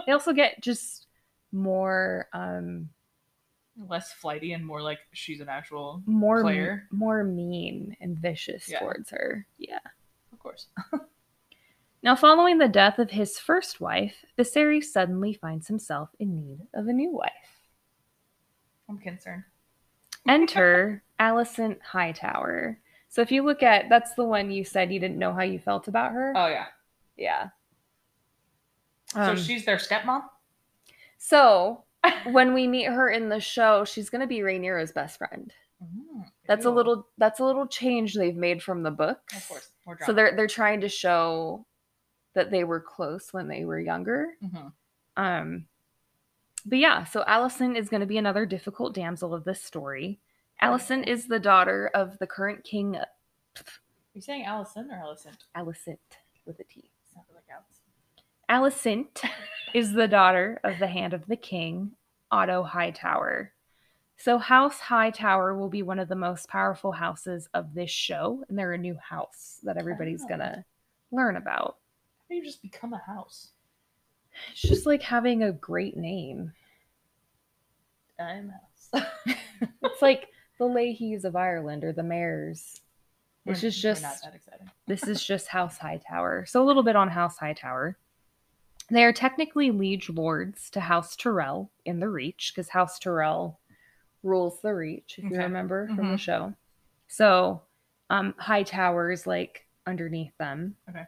S2: They also get just more um
S1: Less flighty and more like she's an actual.
S2: more
S1: Player.
S2: more mean and vicious
S1: Yeah.
S2: towards her. Yeah.
S1: Of course.
S2: Now, following the death of his first wife, Viserys suddenly finds himself in need of a new wife.
S1: I'm concerned.
S2: Enter Allison Hightower. So if you look at that's the one you said you didn't know how you felt about her.
S1: Oh, yeah.
S2: yeah. Um,
S1: so she's their stepmom?
S2: so when we meet her in the show, she's gonna be Rhaenyra's best friend.
S1: Mm,
S2: That's a
S1: ew.
S2: little that's a little change they've made from the books.
S1: Of course. More drama.
S2: So they're they're trying to show that they were close when they were younger.
S1: Mhm.
S2: Um, but yeah, so Allison is going to be another difficult damsel of this story. Allison is the daughter of the current king,
S1: You saying Allison or Allison?
S2: Alicent with a T.
S1: Sounded like Alice.
S2: Alicent is the daughter of the Hand of the King, Otto Hightower. So House Hightower will be one of the most powerful houses of this show, and they're a new house that everybody's
S1: Oh.
S2: gonna learn about.
S1: How do you just become a house?
S2: It's just like having a great name.
S1: I'm a house.
S2: It's like the Leahys of Ireland or the Mayors.
S1: We're-
S2: Which is
S1: we're
S2: just-
S1: not that exciting.
S2: This is just House Hightower. So a little bit on House Hightower. They are technically liege lords to House Tyrell in the Reach, because House Tyrell rules the Reach, if you
S1: Okay.
S2: remember from the
S1: Mhm.
S2: show. So um Hightower is like underneath them.
S1: Okay.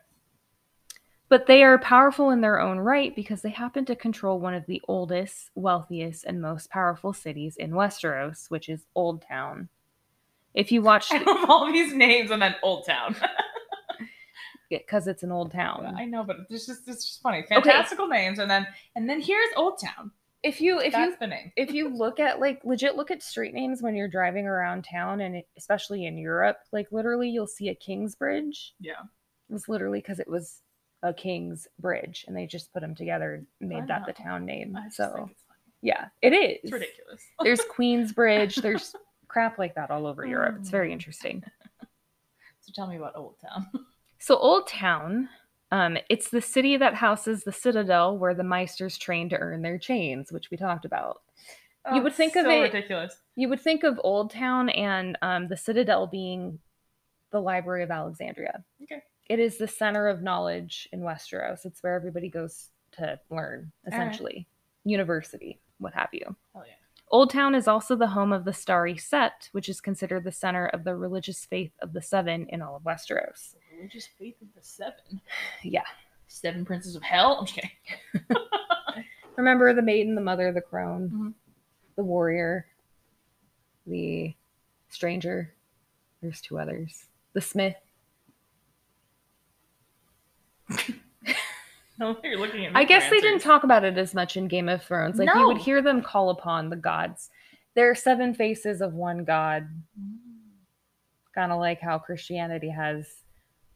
S2: But they are powerful in their own right because they happen to control one of the oldest, wealthiest, and most powerful cities in Westeros, which is Old Town. If you watch
S1: I love all these names and then Old Town.
S2: because it's an old town.
S1: I know, but it's just it's just funny. Fantastical names, and then and then here's Old Town.
S2: if you if
S1: That's
S2: you
S1: the name.
S2: if you look at like legit look at street names when you're driving around town and it, especially in Europe, like literally you'll see a King's Bridge.
S1: Yeah.
S2: It was literally because it was a King's Bridge and they just put them together and made that the
S1: Wow.
S2: town name.
S1: I just
S2: so
S1: think it's, funny.
S2: yeah, it is.
S1: it's ridiculous.
S2: There's Queen's Bridge. There's crap like that all
S1: Oh,
S2: over Europe. It's very interesting.
S1: So tell me about Old Town.
S2: So Old Town, um, it's the city that houses the citadel where the Meisters train to earn their chains, which we talked about. You would
S1: it's
S2: think of
S1: Oh, so
S2: it-
S1: ridiculous.
S2: You would think of Old Town and um, the Citadel being the Library of Alexandria.
S1: Okay.
S2: It is the center of knowledge in Westeros. It's where everybody goes to learn,
S1: right.
S2: essentially, university, what have you.
S1: Hell yeah.
S2: Old Town is also the home of the Starry Sept, which is considered the center of the religious faith of the Seven in all of Westeros.
S1: You're just faith of the seven.
S2: Yeah.
S1: Seven princes of hell? I'm just kidding.
S2: Remember the maiden, the mother, the crone,
S1: Mhm.
S2: the warrior, the stranger. There's two others. The smith.
S1: No, you're looking at me.
S2: I
S1: for
S2: guess they didn't
S1: answers.
S2: talk about it as much in Game of Thrones. Like you would
S1: No.
S2: hear them call upon the gods. There are seven faces of one god, kind of like how Christianity has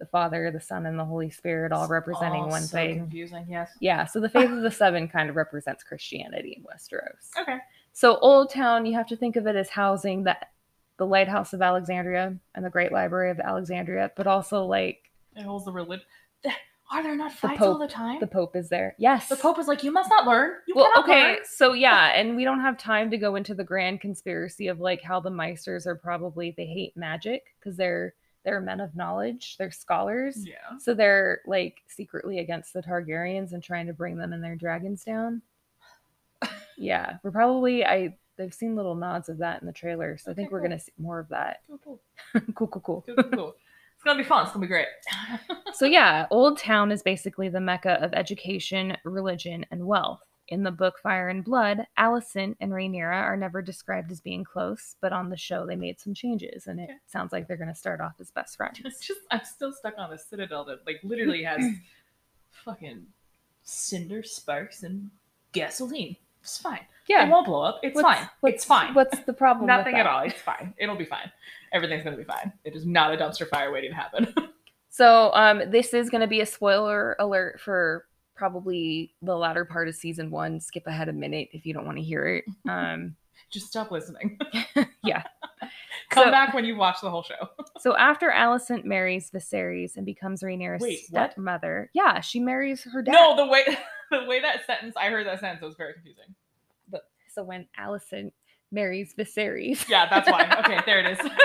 S2: the Father, the Son, and the Holy Spirit all representing
S1: All
S2: one
S1: Oh, so
S2: thing.
S1: Confusing, yes.
S2: Yeah, so the faith of the seven kind of represents Christianity in Westeros.
S1: Okay.
S2: So Old Town, you have to think of it as housing the the lighthouse of Alexandria and the Great Library of Alexandria, but also like
S1: It holds the religion. Are there not
S2: The
S1: fights all
S2: Pope-
S1: the time?
S2: the
S1: The,
S2: Pope is there. Yes.
S1: Pope is like, you must not learn. You
S2: well,
S1: cannot
S2: okay,
S1: learn."
S2: so yeah, and we don't have time to go into the grand conspiracy of like how the Meisters are probably they hate magic because they're they're men of knowledge, they're scholars.
S1: Yeah.
S2: So they're like secretly against the Targaryens and trying to bring them and their dragons down. yeah, we're probably I they've seen little nods of that in the trailer, so I think
S1: Okay,
S2: we're
S1: cool.
S2: gonna see more of that.
S1: Cool, cool,
S2: cool, cool, cool.
S1: cool, cool, cool. It's gonna be fun. It's gonna be great.
S2: So yeah, Old Town is basically the mecca of education, religion, and wealth. In the book Fire and Blood, Allison and Rhaenyra are never described as being close, but on the show they made some changes, and it
S1: Okay.
S2: sounds like they're going to start off as best friends.
S1: It's just I'm still stuck on the citadel that like literally has fucking cinder sparks and gasoline. It's fine. It won't blow up. It's
S2: What's-
S1: fine.
S2: what's-
S1: it's fine.
S2: What's the problem? with
S1: Nothing
S2: that?
S1: at all. It's fine. It'll be fine. Everything's gonna be fine. It is not a dumpster fire waiting to happen.
S2: So um, this is going to be a spoiler alert for probably the latter part of season one. Skip ahead a minute if you don't want to hear it. Um,
S1: Just stop listening.
S2: Yeah.
S1: Come
S2: So-
S1: back when you've watched the whole show.
S2: so after Alicent marries Viserys and becomes Rhaenyra's
S1: Wait, what?
S2: stepmother, yeah, she marries her dad.
S1: No, the way the way that sentence I heard that sentence it was very confusing.
S2: But- so when Alicent marries Viserys
S1: Yeah, that's why. Okay, there it is.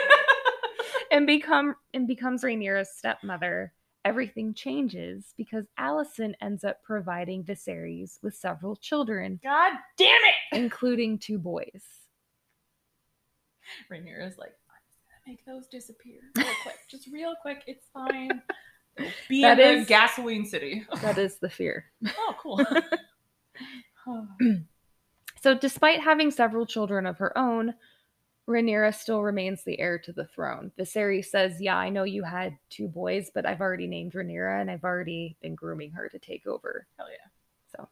S2: and become and becomes Rhaenyra's stepmother, everything changes because Alicent ends up providing Viserys with several children,
S1: God damn it!
S2: including two boys.
S1: Rhaenyra's like, I'm just gonna make those disappear real quick, just real quick. It's fine. Be
S2: That
S1: in the
S2: is-
S1: gasoline city.
S2: That is the fear.
S1: Oh, cool. Oh,
S2: So, despite having several children of her own, Rhaenyra still remains the heir to the throne. Viserys says, "Yeah, I know you had two boys, but I've already named Rhaenyra, and I've already been grooming her to take over."
S1: Hell yeah!
S2: So,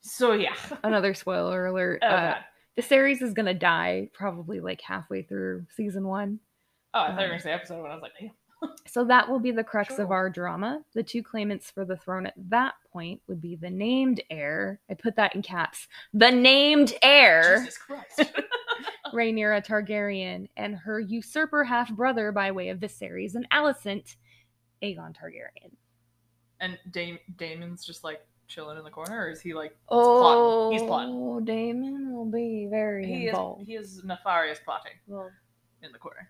S1: So yeah.
S2: another spoiler alert:
S1: Oh,
S2: uh,
S1: God.
S2: Viserys is gonna die probably like halfway through season one.
S1: oh I thought you were
S2: um,
S1: gonna say episode one. I was like, damn.
S2: So that will be the crux of
S1: Sure.
S2: our drama. The two claimants for the throne at that point would be the named heir. I put that in caps. The named heir.
S1: Jesus Christ.
S2: Rhaenyra Targaryen and her usurper half brother by way of Viserys and Alicent, Aegon Targaryen.
S1: and Dam- Damon's just like chilling in the corner, or is he like
S2: Oh,
S1: plotting. He's plotting.
S2: Damon will be very
S1: he is
S2: Oh, involved.
S1: he is nefarious plotting
S2: Well,
S1: in the corner.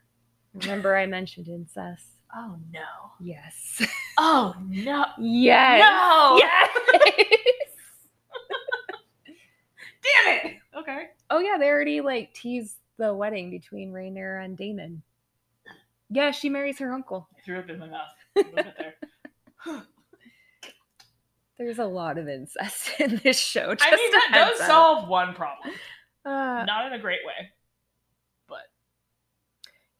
S2: remember I mentioned incest.
S1: Oh no!
S2: Yes.
S1: Oh no!
S2: Yes.
S1: No!
S2: Yes.
S1: Damn it! Okay.
S2: oh yeah, they already like teased the wedding between Rhaenyra and Damon. Yeah, she marries her uncle.
S1: I threw up in my mouth. A little bit there.
S2: There's a lot of incest in this show. Just
S1: I mean,
S2: a
S1: that
S2: heads
S1: does
S2: up.
S1: solve one problem.
S2: Uh,
S1: Not in a great way.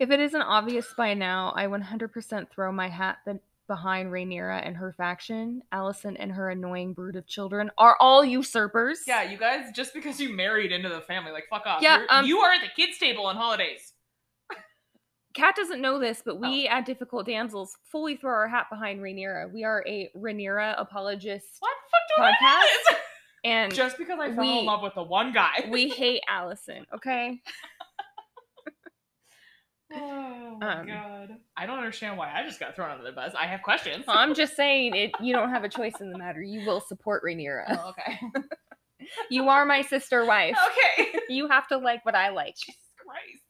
S2: If it isn't obvious by now, I 100% throw my hat be- behind Rhaenyra and her faction. Allison and her annoying brood of children are all usurpers.
S1: Yeah, you guys, just because you married into the family, like, fuck off.
S2: Yeah,
S1: You're,
S2: um,
S1: you are at the kids' table on holidays.
S2: Kat doesn't know this, but we at Difficult Damsels fully throw our hat behind Rhaenyra. We are a Rhaenyra apologist,
S1: Why the fuck do I know
S2: Podcast?
S1: this?
S2: and
S1: Just because I fell
S2: We-
S1: in love with the one guy.
S2: we hate Allison, okay?
S1: Oh my
S2: Um,
S1: god. I don't understand why I just got thrown under the bus. I have questions.
S2: I'm just saying it you don't have a choice in the matter. You will support Rhaenyra.
S1: Oh, okay.
S2: You are my sister wife.
S1: okay.
S2: You have to like what I like.
S1: Jesus Christ.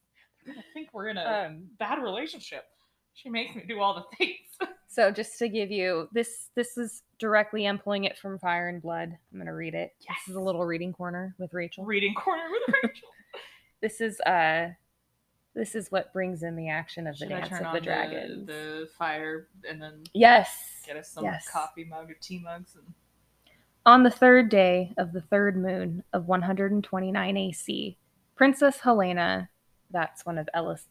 S1: I think we're in a
S2: Um,
S1: bad relationship. She makes me do all the things.
S2: So just to give you this, this is directly I'm pulling it from Fire and Blood. I'm gonna read it. This is a
S1: Yes.
S2: little reading corner with Rachel.
S1: Reading corner with Rachel.
S2: This is uh This is what brings in the action of the
S1: Should I
S2: dance
S1: turn
S2: of
S1: on
S2: the dragons.
S1: the fire and then
S2: Yes.
S1: get us some
S2: Yes.
S1: coffee mug or tea mugs and
S2: On the third day of the third moon of 129 AC, Princess Helena, that's one of Ellis,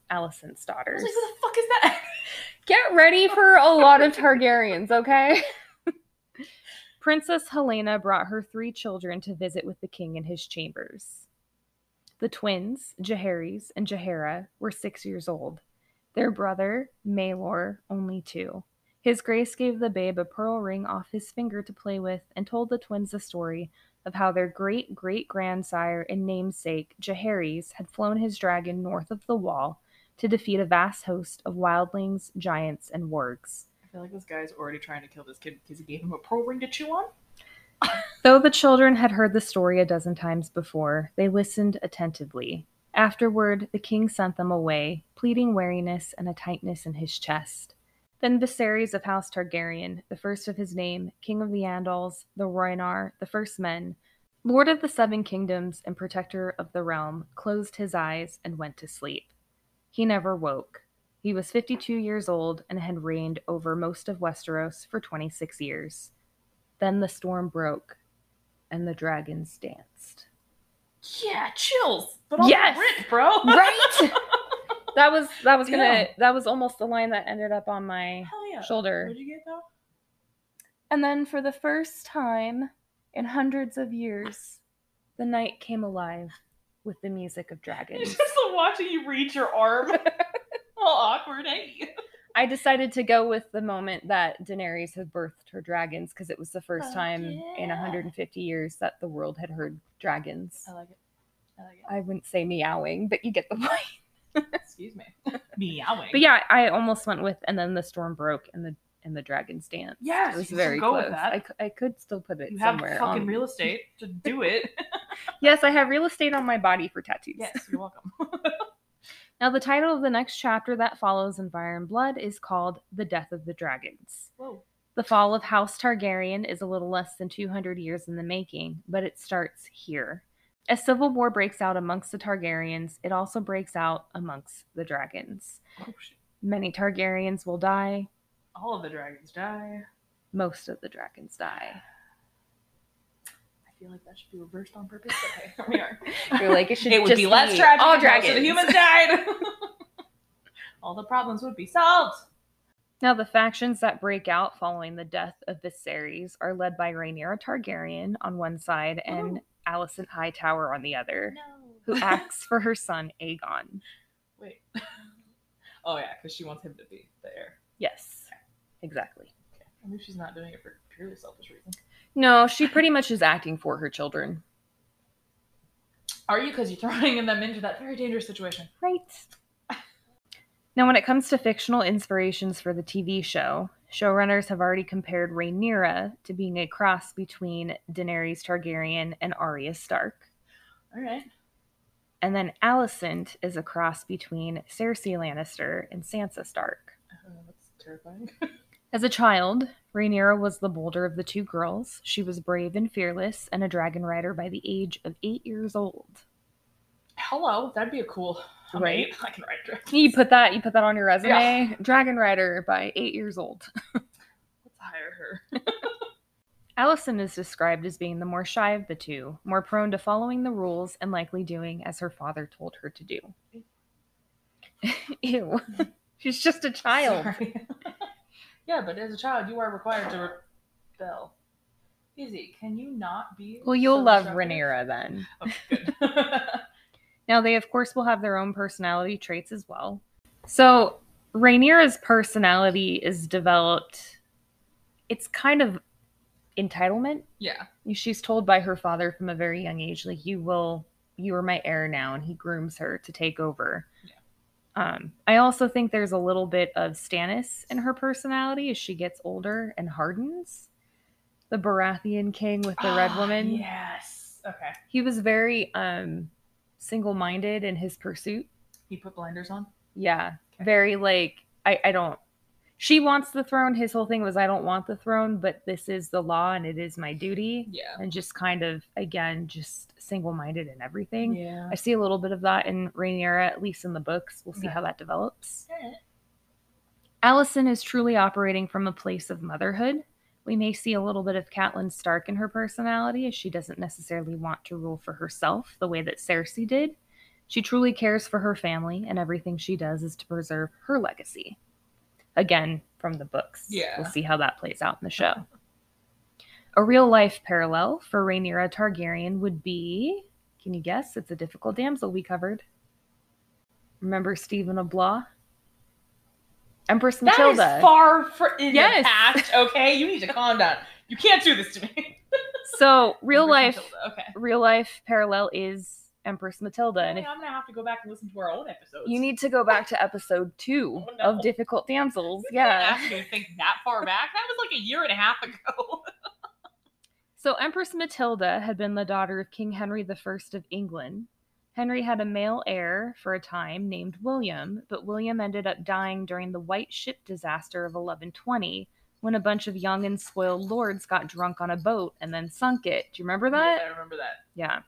S1: I
S2: Allison's
S1: was
S2: daughters,
S1: like, who the fuck is that?
S2: get ready for a lot of Targaryens, okay? Princess Helena brought her three children to visit with the king in his chambers. The twins, Jaharis and Jahara, were six years old. Their brother, Maelor, only two. His grace gave the babe a pearl ring off his finger to play with and told the twins the story of how their great great grandsire and namesake, Jaharis, had flown his dragon north of the wall to defeat a vast host of wildlings, giants, and wargs.
S1: I feel like this guy's already trying to kill this kid because he gave him a pearl ring to chew on.
S2: Though the children had heard the story a dozen times before, they listened attentively. Afterward, the king sent them away, pleading weariness and a tightness in his chest. Then Viserys of House Targaryen, the first of his name, king of the Andals, the Rhoynar, the first men, lord of the seven kingdoms and protector of the realm, closed his eyes and went to sleep. He never woke. He was 52 years old and had reigned over most of Westeros for 26 years. Then the storm broke and the dragons danced.
S1: Yeah, chills. But all
S2: Yes!
S1: Brit, bro.
S2: Right? that was that was gonna
S1: Yeah.
S2: that was almost the line that ended up on my
S1: Hell yeah.
S2: shoulder.
S1: Where'd you get that?
S2: And then for the first time in hundreds of years, the night came alive with the music of
S1: It's
S2: dragons.
S1: just like watching you reach your arm. all awkward, eh?
S2: I decided to go with the moment that Daenerys had birthed her dragons because it was the first
S1: Oh,
S2: time in
S1: yeah.
S2: 150 years that the world had heard dragons.
S1: like it. I like
S2: I wouldn't say meowing, but you get the point.
S1: it. Excuse me. Meowing.
S2: But yeah, I almost went with, and then the storm broke, and the and the dragons danced.
S1: Yes,
S2: it was
S1: you should
S2: very
S1: go with
S2: close.
S1: that.
S2: I, cou- I could still put it
S1: you have
S2: somewhere.
S1: fucking
S2: on-
S1: real estate to do it.
S2: Yes, I have real estate on my body for tattoos.
S1: yes, you're welcome.
S2: Now, the title of the next chapter that follows in Fire and Blood is called "The Death of the Dragons."
S1: Whoa.
S2: The fall of House Targaryen is a little less than 200 years in the making, but it starts here. As civil war breaks out amongst the Targaryens, it also breaks out amongst the dragons.
S1: Oh, shit.
S2: Many Targaryens will die,
S1: All of the dragons die.
S2: most of the dragons die.
S1: I feel like that should be reversed on purpose. but hey, here we are.
S2: You're like, it should
S1: it would
S2: just
S1: be less tragic.
S2: All
S1: if most of
S2: dragons.
S1: The humans died. All the problems would be solved.
S2: Now, the factions that break out following the death of Viserys are led by Rhaenyra Targaryen on one side and
S1: Ooh.
S2: Alicent Hightower on the other,
S1: No.
S2: who acts for her son Aegon.
S1: Wait. Oh yeah, because she wants him to be the heir.
S2: Yes, exactly.
S1: Okay. I mean, she's not doing it for purely selfish reasons.
S2: No, she pretty much is acting for her children.
S1: Are you? Because you're throwing them into that very dangerous situation.
S2: Right. Now, when it comes to fictional inspirations for the TV show, showrunners have already compared Rhaenyra to being a cross between Daenerys Targaryen and Arya Stark.
S1: All right.
S2: And then Alicent is a cross between Cersei Lannister and Sansa Stark.
S1: Uh, that's terrifying.
S2: As a child, Rhaenyra was the bolder of the two girls. She was brave and fearless and a dragon rider by the age of eight years old.
S1: Hello, that'd be a cool. I'm
S2: Right.
S1: eight, I can write dragons.
S2: You put that you put that on your resume.
S1: Yeah.
S2: Dragon rider by eight years old.
S1: Let's hire her.
S2: Allison is described as being the more shy of the two, more prone to following the rules and likely doing as her father told her to do. Ew. She's just a child.
S1: Sorry. yeah, but as a child, you are required to rebel. Izzy, can you not be?
S2: Well, you'll
S1: so
S2: love
S1: disruptive?
S2: Rhaenyra then.
S1: Okay, good.
S2: Now, they, of course, will have their own personality traits as well. So, Rhaenyra's personality is developed, it's kind of entitlement.
S1: yeah.
S2: She's told by her father from a very young age, like, you will, you are my heir now. And he grooms her to take over.
S1: Yeah.
S2: Um, I also think there's a little bit of Stannis in her personality as she gets older and hardens. The Baratheon king with the red
S1: Ah,
S2: woman
S1: Yes. Okay.
S2: he was very um single-minded in his pursuit
S1: He put blinders on.
S2: yeah
S1: Okay.
S2: very like i i don't she wants the throne. His whole thing was, I don't want the throne, but this is the law and it is my duty.
S1: Yeah.
S2: And just kind of, again, just single minded in everything.
S1: Yeah.
S2: I see a little bit of that in Rhaenyra, at least in the books. We'll see
S1: Yeah.
S2: how that develops. Allison is truly operating from a place of motherhood. We may see a little bit of Catelyn Stark in her personality, as she doesn't necessarily want to rule for herself the way that Cersei did. She truly cares for her family, and everything she does is to preserve her legacy. Again, from the books.
S1: Yeah.
S2: We'll see how that plays out in the show. A real life parallel for Rhaenyra Targaryen would be can you guess? It's a difficult damsel we covered. Remember Stephen of Blois? Empress
S1: That is
S2: Matilda.
S1: far fr- in the
S2: Yes.
S1: past. Okay, you need to calm down. You can't do this to me.
S2: so real
S1: Empress
S2: life
S1: Matilda, Okay.
S2: real life parallel is Empress Matilda. And if
S1: Yeah, I'm gonna have to go back and listen to our own episodes.
S2: you need to go back to episode two
S1: Oh, no.
S2: of Difficult Damsels.
S1: You can't
S2: Yeah.
S1: ask me to think that far back. That was like a year and a half ago.
S2: So Empress Matilda had been the daughter of King Henry I of England. Henry had a male heir for a time named William, but William ended up dying during the White Ship disaster of 1120 when a bunch of young and spoiled lords got drunk on a boat and then sunk it. Do you remember that?
S1: Yeah, I remember that.
S2: Yeah.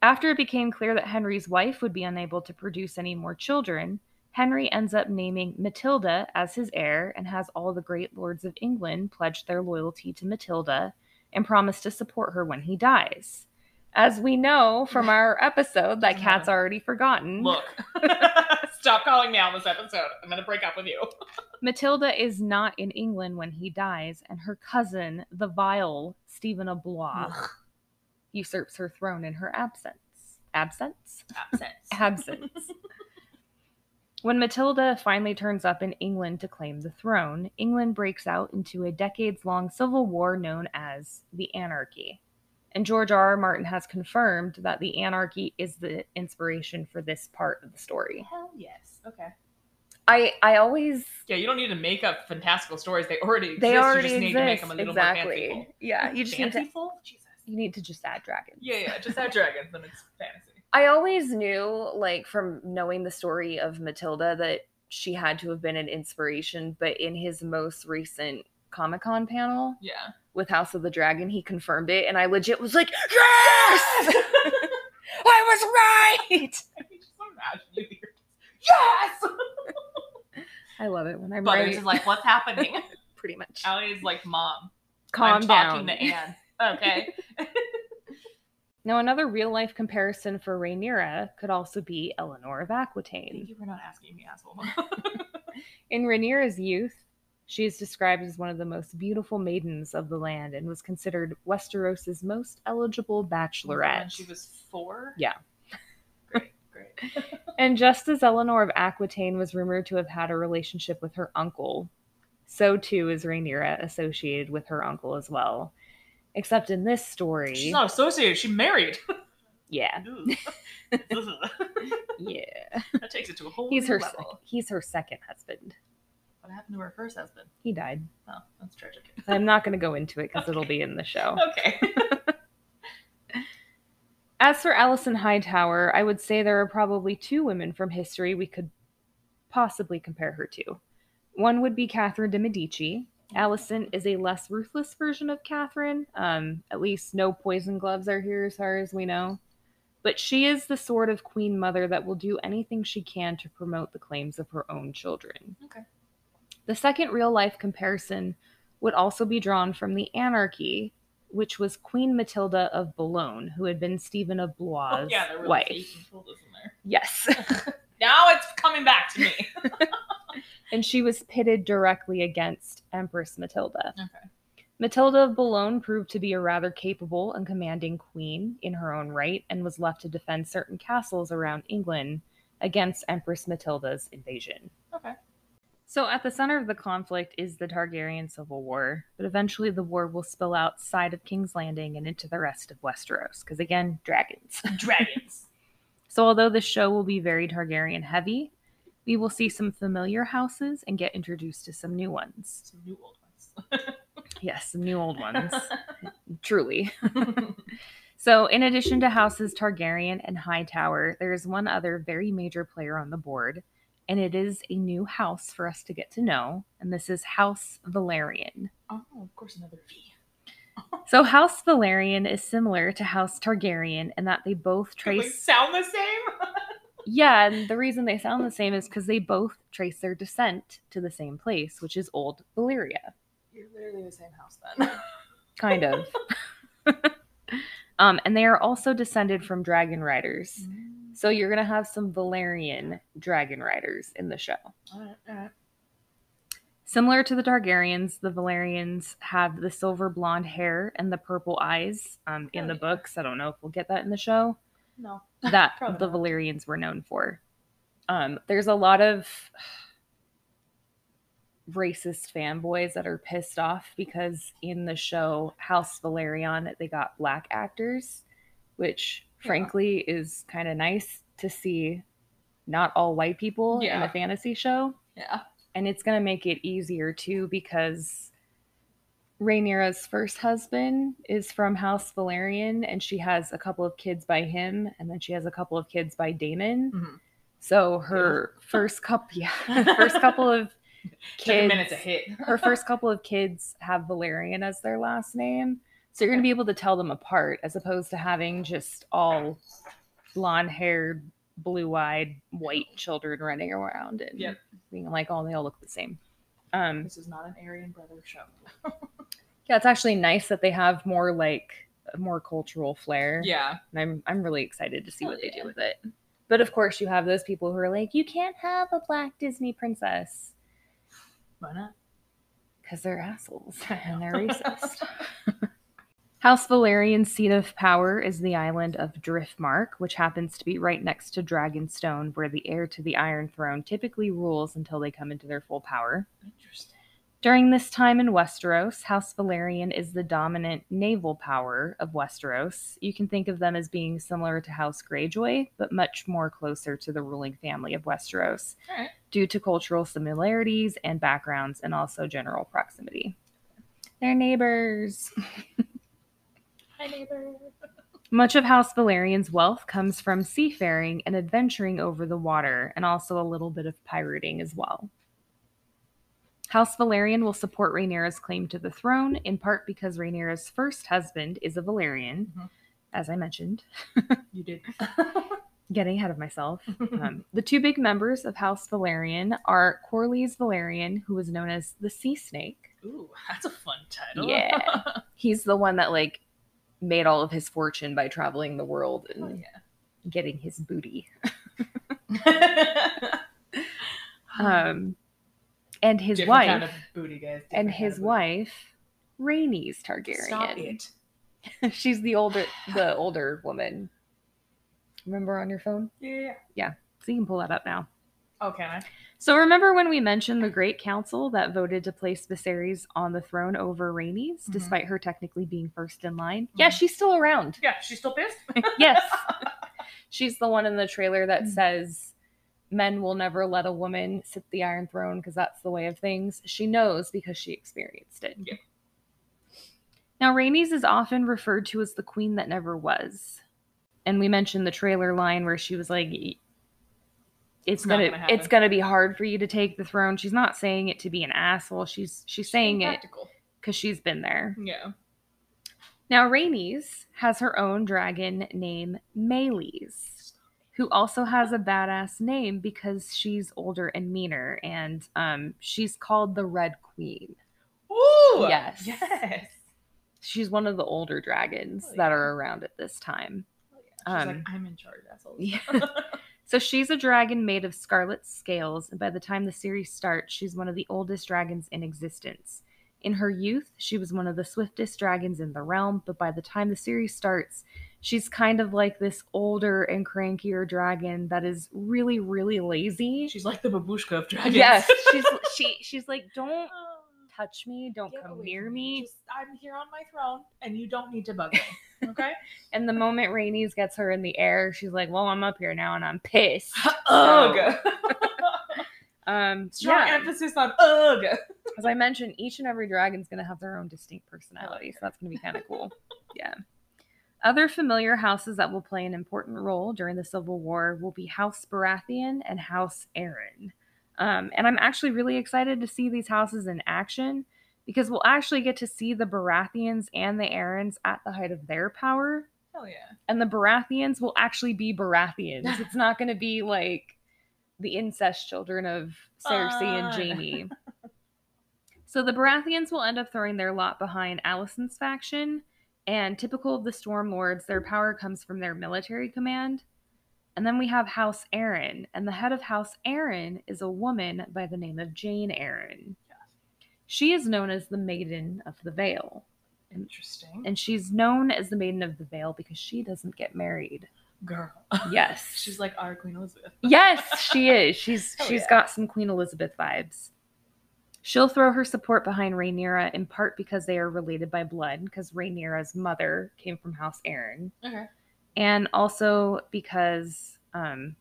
S2: After it became clear that Henry's wife would be unable to produce any more children, Henry ends up naming Matilda as his heir and has all the great lords of England pledge their loyalty to Matilda and promise to support her when he dies. As we know from our episode that Kat's already forgotten,
S1: Look, stop calling me on this episode. I'm gonna break up with you.
S2: Matilda is not in England when he dies, and her cousin, the vile Stephen of Blois, usurps her throne in her absence. Absence?
S1: Absence.
S2: absence. when Matilda finally turns up in England to claim the throne, England breaks out into a decades long civil war known as the Anarchy. And George R. R. Martin has confirmed that the Anarchy is the inspiration for this part of the story.
S1: Hell yes. Okay.
S2: I, I always.
S1: Yeah, you don't need to make up fantastical stories. They already exist.
S2: They
S1: you
S2: already
S1: just need
S2: exist.
S1: to make them a little more
S2: exactly.
S1: fanciful.
S2: yeah, you just need to
S1: fanciful? Jesus.
S2: you need to just add dragons.
S1: Yeah, yeah. Just add dragons and it's fantasy.
S2: I always knew, like, from knowing the story of Matilda, that she had to have been an inspiration. But in his most recent Comic Con panel
S1: Yeah.
S2: with House of the Dragon, he confirmed it. And I legit was like, Yes! I was right!
S1: I can just imagine you here. Yes.
S2: I love it when I'm
S1: Butters
S2: right.
S1: is like, what's happening?
S2: pretty much.
S1: Allie is like, mom.
S2: Calm
S1: I'm
S2: down.
S1: talking to Anne. Okay.
S2: Now, another real life comparison for Rhaenyra could also be Eleanor of Aquitaine.
S1: Thank you for not asking me, asshole.
S2: In Rhaenyra's youth, she is described as one of the most beautiful maidens of the land and was considered Westeros's most eligible
S1: When
S2: bachelorette.
S1: she was four.
S2: Yeah.
S1: Great. Great.
S2: and just as Eleanor of Aquitaine was rumored to have had a relationship with her uncle, so too is Rhaenyra associated with her uncle as well. Except in this story,
S1: She's not associated. She married.
S2: yeah,
S1: Ooh. that
S2: yeah,
S1: takes it to a whole
S2: he's
S1: new
S2: her sec-
S1: level.
S2: he's her second husband.
S1: What happened to her first husband?
S2: He died.
S1: Oh, that's tragic.
S2: I'm not going to go into it because it'll be in the show.
S1: Okay.
S2: As for Alison Hightower, I would say there are probably two women from history we could possibly compare her to. One would be Catherine de Medici. Allison is a less ruthless version of Catherine. Um, at least no poison gloves are here, as far as we know. But she is the sort of queen mother that will do anything she can to promote the claims of her own children.
S1: Okay.
S2: The second real life comparison would also be drawn from the anarchy, which was Queen Matilda of Boulogne, who had been Stephen of Blois'
S1: Oh, yeah, there were
S2: wife.
S1: like eight controllers in there.
S2: Yes.
S1: Now it's coming back to me.
S2: and she was pitted directly against Empress Matilda.
S1: Okay.
S2: Matilda of Boulogne proved to be a rather capable and commanding queen in her own right and was left to defend certain castles around England against Empress Matilda's invasion.
S1: Okay.
S2: So, at the center of the conflict is the Targaryen Civil War, but eventually the war will spill outside of King's Landing and into the rest of Westeros, because again, dragons.
S1: Dragons.
S2: So, although the show will be very Targaryen heavy, we will see some familiar houses and get introduced to some new ones.
S1: Some new old ones.
S2: Yes, some new old ones. Truly. So, in addition to houses Targaryen and Hightower, there is one other very major player on the board and it is a new house for us to get to know. And this is House Valerian.
S1: Oh, of course, another V.
S2: So House Valerian is similar to House Targaryen in that they both
S1: They
S2: trace
S1: sound the same.
S2: Yeah, and the reason they sound the same is because they both trace their descent to the same place, which is old Valyria,
S1: You're literally the same house then.
S2: kind of. um, and they are also descended from dragon riders. So you're gonna have some Valerian dragon riders in the show.
S1: All right, all right.
S2: Similar to the Targaryens, the Valerians have the silver blonde hair and the purple eyes um, in
S1: Oh,
S2: the
S1: yeah.
S2: books. I don't know if we'll get that in the show.
S1: No.
S2: that
S1: Probably
S2: the
S1: not.
S2: Valerians were known for. Um, there's a lot of racist fanboys that are pissed off because in the show House Valerian, they got black actors, which
S1: Yeah.
S2: frankly is kind of nice to see not all white people in
S1: Yeah.
S2: a fantasy show.
S1: Yeah.
S2: And it's going to make it easier too because Rhaenyra's first husband is from House Valerian and she has a couple of kids by him and then she has a couple of kids by Damon.
S1: Mhm.
S2: So her first couple yeah, first couple of
S1: Took a minute
S2: kids
S1: to hit.
S2: her first couple of kids have Valerian as their last name. So you're going to be able to tell them apart as opposed to having just all blonde haired, blue eyed, white children running around and
S1: Yep.
S2: being like, oh, they all look the same. Um,
S1: This is not an Aryan brother show.
S2: yeah, it's actually nice that they have more like a more cultural flair.
S1: Yeah.
S2: And I'm, I'm really excited to see
S1: Hell
S2: what they
S1: yeah.
S2: do with it. But of course, you have those people who are like, you can't have a black Disney princess
S1: Why not?
S2: because they're assholes and they're racist. House Valerian's seat of power is the island of Driftmark, which happens to be right next to Dragonstone, where the heir to the Iron Throne typically rules until they come into their full power.
S1: Interesting.
S2: During this time in Westeros, House Valerian is the dominant naval power of Westeros. You can think of them as being similar to House Greyjoy, but much more closer to the ruling family of Westeros
S1: All right.
S2: due to cultural similarities and backgrounds and also general proximity. They're neighbors.
S1: Hi, neighbor.
S2: Much of House Valerian's wealth comes from seafaring and adventuring over the water, and also a little bit of pirating as well. House Valerian will support Rhaenyra's claim to the throne, in part because Rhaenyra's first husband is a Valerian,
S1: Mhm.
S2: as I mentioned.
S1: You did.
S2: Getting ahead of myself. Um, the two big members of House Valerian are Corlys Valerian, who is known as the Sea Snake.
S1: Ooh, that's a fun title.
S2: Yeah. He's the one that like made all of his fortune by traveling the world
S1: Oh,
S2: and getting his booty.
S1: yeah.
S2: um, and his
S1: Hmm. Different
S2: wife
S1: kind of booty, guys.
S2: and
S1: Different kind
S2: his
S1: of booty.
S2: wife Rhaenys Targaryen.
S1: Stop it.
S2: She's the older the older woman. Remember on your phone?
S1: Yeah, yeah. yeah.
S2: So you can pull that up now.
S1: Oh, can I?
S2: So remember when we mentioned the Great Council that voted to place Viserys on the throne over Rhaenys,
S1: Mhm.
S2: despite her technically being first in line? Yeah,
S1: Mhm.
S2: she's still around.
S1: Yeah, she's still pissed.
S2: yes. She's the one in the trailer that
S1: Mhm.
S2: says men will never let a woman sit the iron throne because that's the way of things. She knows because she experienced it.
S1: Yeah.
S2: Now, Rainey's is often referred to as the queen that never was. And we mentioned the trailer line where she was like, it's
S1: Not
S2: gonna,
S1: gonna
S2: it's
S1: happen.
S2: gonna be hard for you to take the throne. She's not saying it to be an asshole. She's she's saying it
S1: Practical.
S2: because she's been there.
S1: Yeah.
S2: Now, Rainey's has her own dragon named Meles, who also has a badass name because she's older and meaner, and um, she's called the Red Queen.
S1: Ooh.
S2: Yes.
S1: Yes.
S2: She's one of the older dragons
S1: Oh,
S2: that
S1: yeah.
S2: are around at this time.
S1: Oh, yeah. She's
S2: Um,
S1: like, I'm in charge. That's all.
S2: Yeah. so she's a dragon made of scarlet scales, and by the time the series starts, she's one of the oldest dragons in existence. In her youth, she was one of the swiftest dragons in the realm, but by the time the series starts, she's kind of like this older and crankier dragon that is really, really lazy.
S1: She's like the babushka of dragons.
S2: yes, she's she she's like, don't
S1: Oh,
S2: touch me, don't
S1: get
S2: come
S1: away
S2: near
S1: from
S2: me.
S1: Just- I'm here on my throne, and you don't need to bug me. Okay.
S2: And the moment Rainey's gets her in the air, she's like, "Well, I'm up here now, and I'm pissed."
S1: Ugh.
S2: Um,
S1: Strong
S2: yeah.
S1: emphasis on ugh.
S2: as I mentioned, each and every dragon's going to have their own distinct personality, so that's going to be kind of cool. yeah. Other familiar houses that will play an important role during the Civil War will be House Baratheon and House Aaron. Um, and I'm actually really excited to see these houses in action because we'll actually get to see the Baratheons and the Aarons at the height of their power.
S1: Hell yeah.
S2: And the Baratheons will actually be Baratheons. It's not going to be like the incest children of Cersei and
S1: Fun.
S2: Jamie. so the Baratheons will end up throwing their lot behind Allison's faction, and typical of the Storm Lords, their power comes from their military command. And then we have House Aaron, and the head of House Aaron is a woman by the name of Jane Aaron. She is known as the Maiden of the Vale,
S1: Interesting.
S2: and she's known as the Maiden of the Vale because she doesn't get married.
S1: Girl.
S2: Yes,
S1: She's like our Queen Elizabeth.
S2: Yes, she is. She's
S1: Hell
S2: she's
S1: yeah.
S2: got some Queen Elizabeth vibes. She'll throw her support behind Rhaenyra in part because they are related by blood, because Rhaenyra's mother came from House Aaron,
S1: Okay.
S2: and also because um,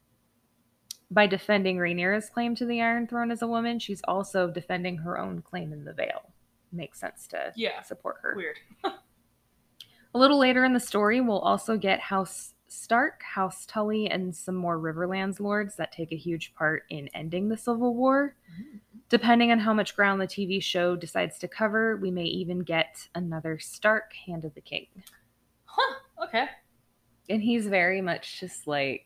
S2: by defending Rhaenyra's claim to the Iron Throne as a woman, she's also defending her own claim in the Vale. Makes sense to
S1: Yeah.
S2: support her.
S1: Weird.
S2: A little later in the story, we'll also get House Stark, House Tully, and some more Riverlands lords that take a huge part in ending the Civil War. Depending on how much ground the TV show decides to cover, we may even get another Stark Hand of the King.
S1: Huh. Okay.
S2: And he's very much just like,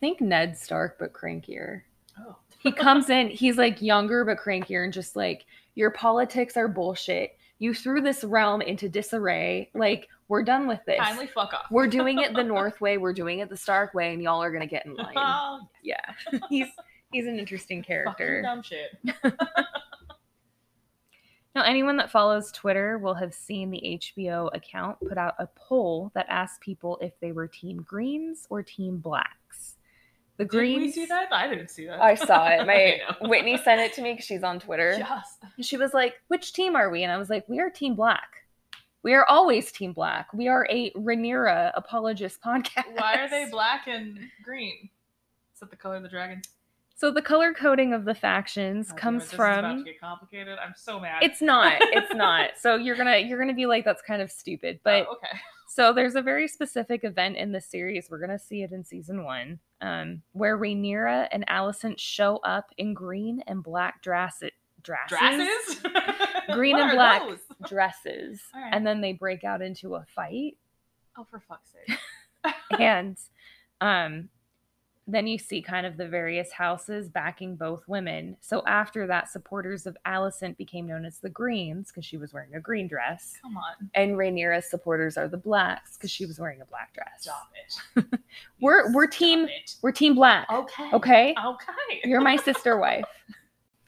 S2: think Ned Stark, but crankier.
S1: Oh.
S2: He comes in, he's like younger but crankier and just like, your politics are bullshit. You threw this realm into disarray. Like, we're done with this.
S1: Kindly fuck off.
S2: We're doing it the North way, we're doing it the Stark way, and y'all are gonna get in line.
S1: Oh,
S2: Yeah. he's he's an interesting
S1: fucking
S2: character.
S1: dumb shit.
S2: Now anyone that follows Twitter will have seen the HBO account put out a poll that asked people if they were team greens or team blacks. The
S1: Did
S2: greens
S1: we see that? I didn't see that.
S2: I saw it. My
S1: I know.
S2: Whitney sent it to me because she's on Twitter.
S1: Yes.
S2: And she was like, Which team are we? And I was like, We are team black. We are always team black. We are a Rhaenyra apologist podcast.
S1: Why are they black and green? Is that the color of the dragon?
S2: So the color coding of the factions
S1: Oh, damn it,
S2: comes
S1: this is about to
S2: from
S1: get complicated. I'm so mad. Oh,
S2: it's not it's not so you're gonna you're gonna be like that's kind of stupid
S1: Oh,
S2: but
S1: okay.
S2: so there's a very specific event in the series we're gonna see it in season one um where Rhaenyra and Allison show up in green and black dresses dresses
S1: Dresses?
S2: Green
S1: What
S2: and
S1: are
S2: black.
S1: those?
S2: dresses
S1: All right.
S2: and then they break out into a fight
S1: Oh, for fuck's sake.
S2: and um then you see kind of the various houses backing both women. So after that, supporters of Alicent became known as the Greens because she was wearing a green dress,
S1: Come on.
S2: and Rhaenyra's supporters are the Blacks because she was wearing a black dress.
S1: Stop it.
S2: We're- we're
S1: Stop
S2: team-
S1: it.
S2: We're Team Black,
S1: Okay.
S2: okay?
S1: Okay.
S2: You're my sister wife.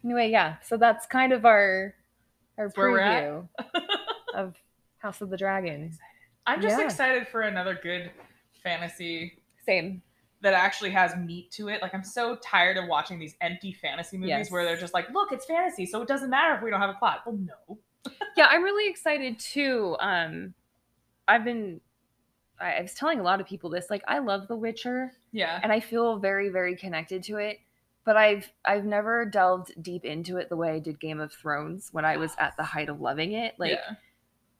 S2: Anyway, yeah. So that's kind of our our
S1: That's where we're at.
S2: preview of House of the Dragon.
S1: I'm just
S2: Yeah.
S1: excited for another good fantasy
S2: Same.
S1: that actually has meat to it. Like I'm so tired of watching these empty fantasy movies
S2: Yes.
S1: where they're just like, look, it's fantasy, so it doesn't matter if we don't have a plot. Well, no.
S2: yeah i'm really excited too um i've been I, I was telling a lot of people this like i love the witcher
S1: Yeah.
S2: and i feel very very connected to it but i've i've never delved deep into it the way i did game of thrones when i was at the height of loving it like
S1: yeah.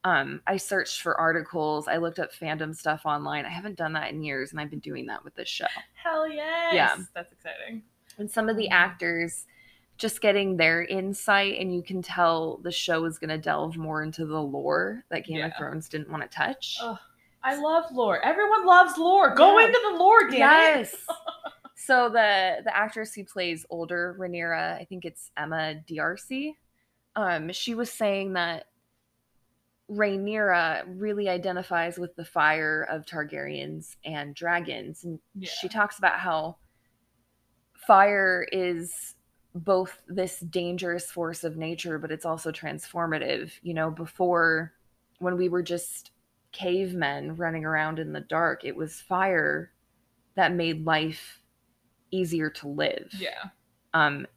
S2: um i searched for articles i looked up fandom stuff online i haven't done that in years and i've been doing that with this show
S1: Hell yes.
S2: Yeah.
S1: That's exciting.
S2: and some of the actors just getting their insight and you can tell the show is going to delve more into the lore that game of
S1: Yeah.
S2: thrones didn't want to touch
S1: Oh, I love lore. Everyone loves lore. Go
S2: Yeah.
S1: into the lore, damn it.
S2: yes so the the actress who plays older Rhaenyra, i think it's emma drc um she was saying that Rhaenyra really identifies with the fire of Targaryens and dragons, and
S1: Yeah.
S2: she talks about how fire is both this dangerous force of nature but it's also transformative you know before when we were just cavemen running around in the dark it was fire that made life easier to live
S1: Yeah.
S2: um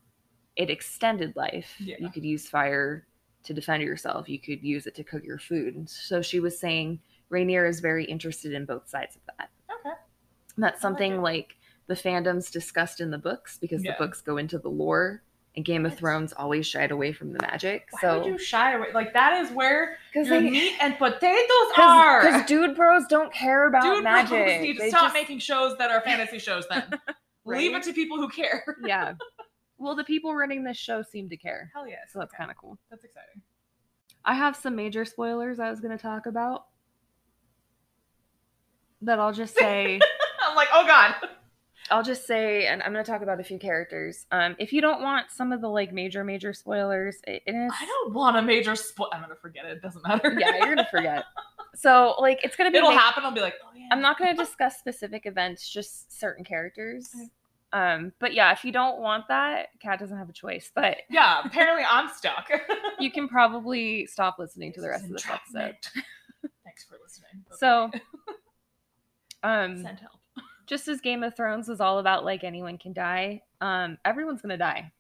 S2: it extended life
S1: Yeah.
S2: you could use fire to defend yourself you could use it to cook your food And so she was saying rainier is very interested in both sides of that
S1: Okay.
S2: and that's
S1: I like
S2: something
S1: it.
S2: like, the fandoms discussed in the books because
S1: Yeah.
S2: the books go into the lore, and Game of
S1: Yes.
S2: Thrones always shied away from the magic.
S1: Why would
S2: so
S1: you shy away? Like that is where
S2: because
S1: your meat and potatoes are.
S2: because dude bros don't care about
S1: Dude,
S2: magic.
S1: bros need to
S2: They
S1: stop
S2: just-
S1: making shows that are fantasy shows. Then Leave it
S2: right?
S1: to people who care.
S2: yeah. Well, the people running this show seem to care.
S1: Hell yes.
S2: So that's
S1: Okay.
S2: kind of cool.
S1: That's exciting.
S2: I have some major spoilers I was going to talk about that I'll just say.
S1: I'm like, oh god.
S2: I'll just say, and I'm going to talk about a few characters. Um, if you don't want some of the like major, major spoilers, it, it is.
S1: I don't want a major spoil. I'm gonna forget it. It doesn't matter.
S2: yeah, you're going to forget. So, like, it's going to be.
S1: It'll
S2: ma-
S1: happen. I'll be like, oh yeah.
S2: I'm not going to discuss specific events, just certain characters.
S1: Okay.
S2: Um, but yeah, if you don't want that, Kat doesn't have a choice. But
S1: Yeah. Apparently, I'm stuck.
S2: you can probably stop listening to the rest of this episode.
S1: Entrapment. Thanks for listening.
S2: So, um,
S1: send help.
S2: just as Game of Thrones was all about like anyone can die, um, everyone's gonna die.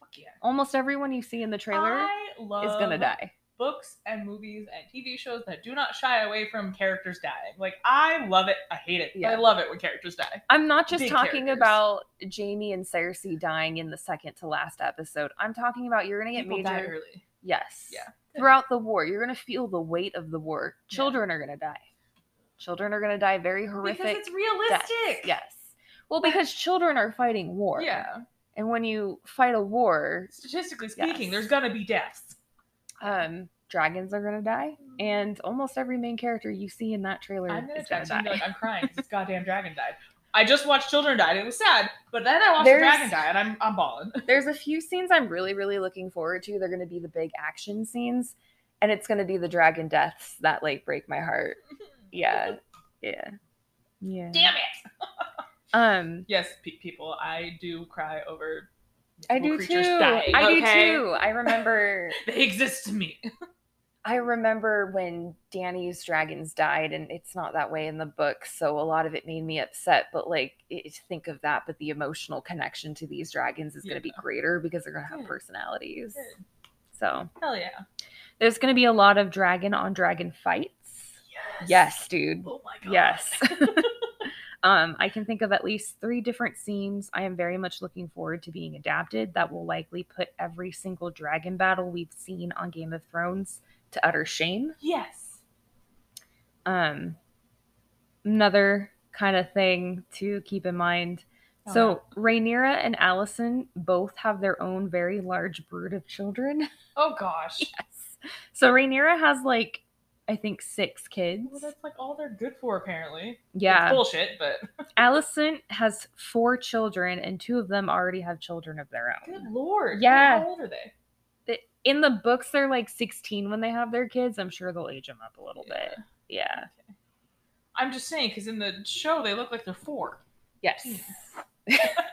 S1: Fuck yeah.
S2: Almost everyone you see in the trailer
S1: I love
S2: is gonna die.
S1: books and movies and TV shows that do not shy away from characters dying. Like I love it. I hate it. but
S2: Yeah.
S1: I love it when characters die.
S2: I'm not just
S1: big
S2: talking
S1: characters.
S2: about Jamie and Cersei dying in the second to last episode. I'm talking about you're gonna get
S1: People die
S2: major.
S1: early.
S2: Yes.
S1: Yeah.
S2: Throughout the war, you're gonna feel the weight of the war. Children are gonna die. Children are gonna die very horrific.
S1: Because it's
S2: deaths.
S1: realistic.
S2: Yes. Well, because children are fighting war.
S1: Yeah.
S2: And when you fight a war,
S1: Statistically
S2: Yes.
S1: speaking, there's gonna be deaths.
S2: um dragons are gonna die and almost every main character you see in that trailer
S1: I'm gonna
S2: is gonna
S1: text you and be
S2: die
S1: like, I'm crying 'cause this goddamn dragon died. I just watched children die. and It was sad, but then I watched
S2: There's-
S1: the dragon die, and I'm I'm balling.
S2: there's a few scenes i'm really really looking forward to they're gonna be the big action scenes and it's gonna be the dragon deaths that like break my heart yeah yeah yeah
S1: Damn it.
S2: um
S1: Yes, pe- people, I do cry over.
S2: i
S1: mythical
S2: do too
S1: creatures dying,
S2: i
S1: okay?
S2: do too i remember
S1: They exist to me.
S2: i remember when danny's dragons died and it's not that way in the book so a lot of it made me upset but like it, think of that but the emotional connection to these dragons is going to be greater because they're going to have
S1: Good.
S2: personalities
S1: Good.
S2: so
S1: Hell yeah.
S2: there's going to be a lot of dragon on dragon fights
S1: Yes.
S2: yes dude
S1: Oh my god.
S2: yes um i can think of at least three different scenes i am very much looking forward to being adapted that will likely put every single dragon battle we've seen on game of thrones to utter shame
S1: Yes.
S2: um another kind of thing to keep in mind
S1: Oh,
S2: so Rhaenyra and Allison both have their own very large brood of children.
S1: Oh gosh.
S2: Yes. So Rhaenyra has like I think six kids.
S1: Well, Oh, that's like all they're good for, apparently. It's
S2: Yeah.
S1: bullshit, but
S2: Allison has four children and two of them already have children of their
S1: good
S2: own.
S1: lord.
S2: Yeah.
S1: How old are they?
S2: The- In the books they're like 16 when they have their kids. I'm sure they'll age them up a little
S1: Yeah.
S2: bit. Yeah.
S1: I'm just saying, because in the show, they look like they're four.
S2: Yes.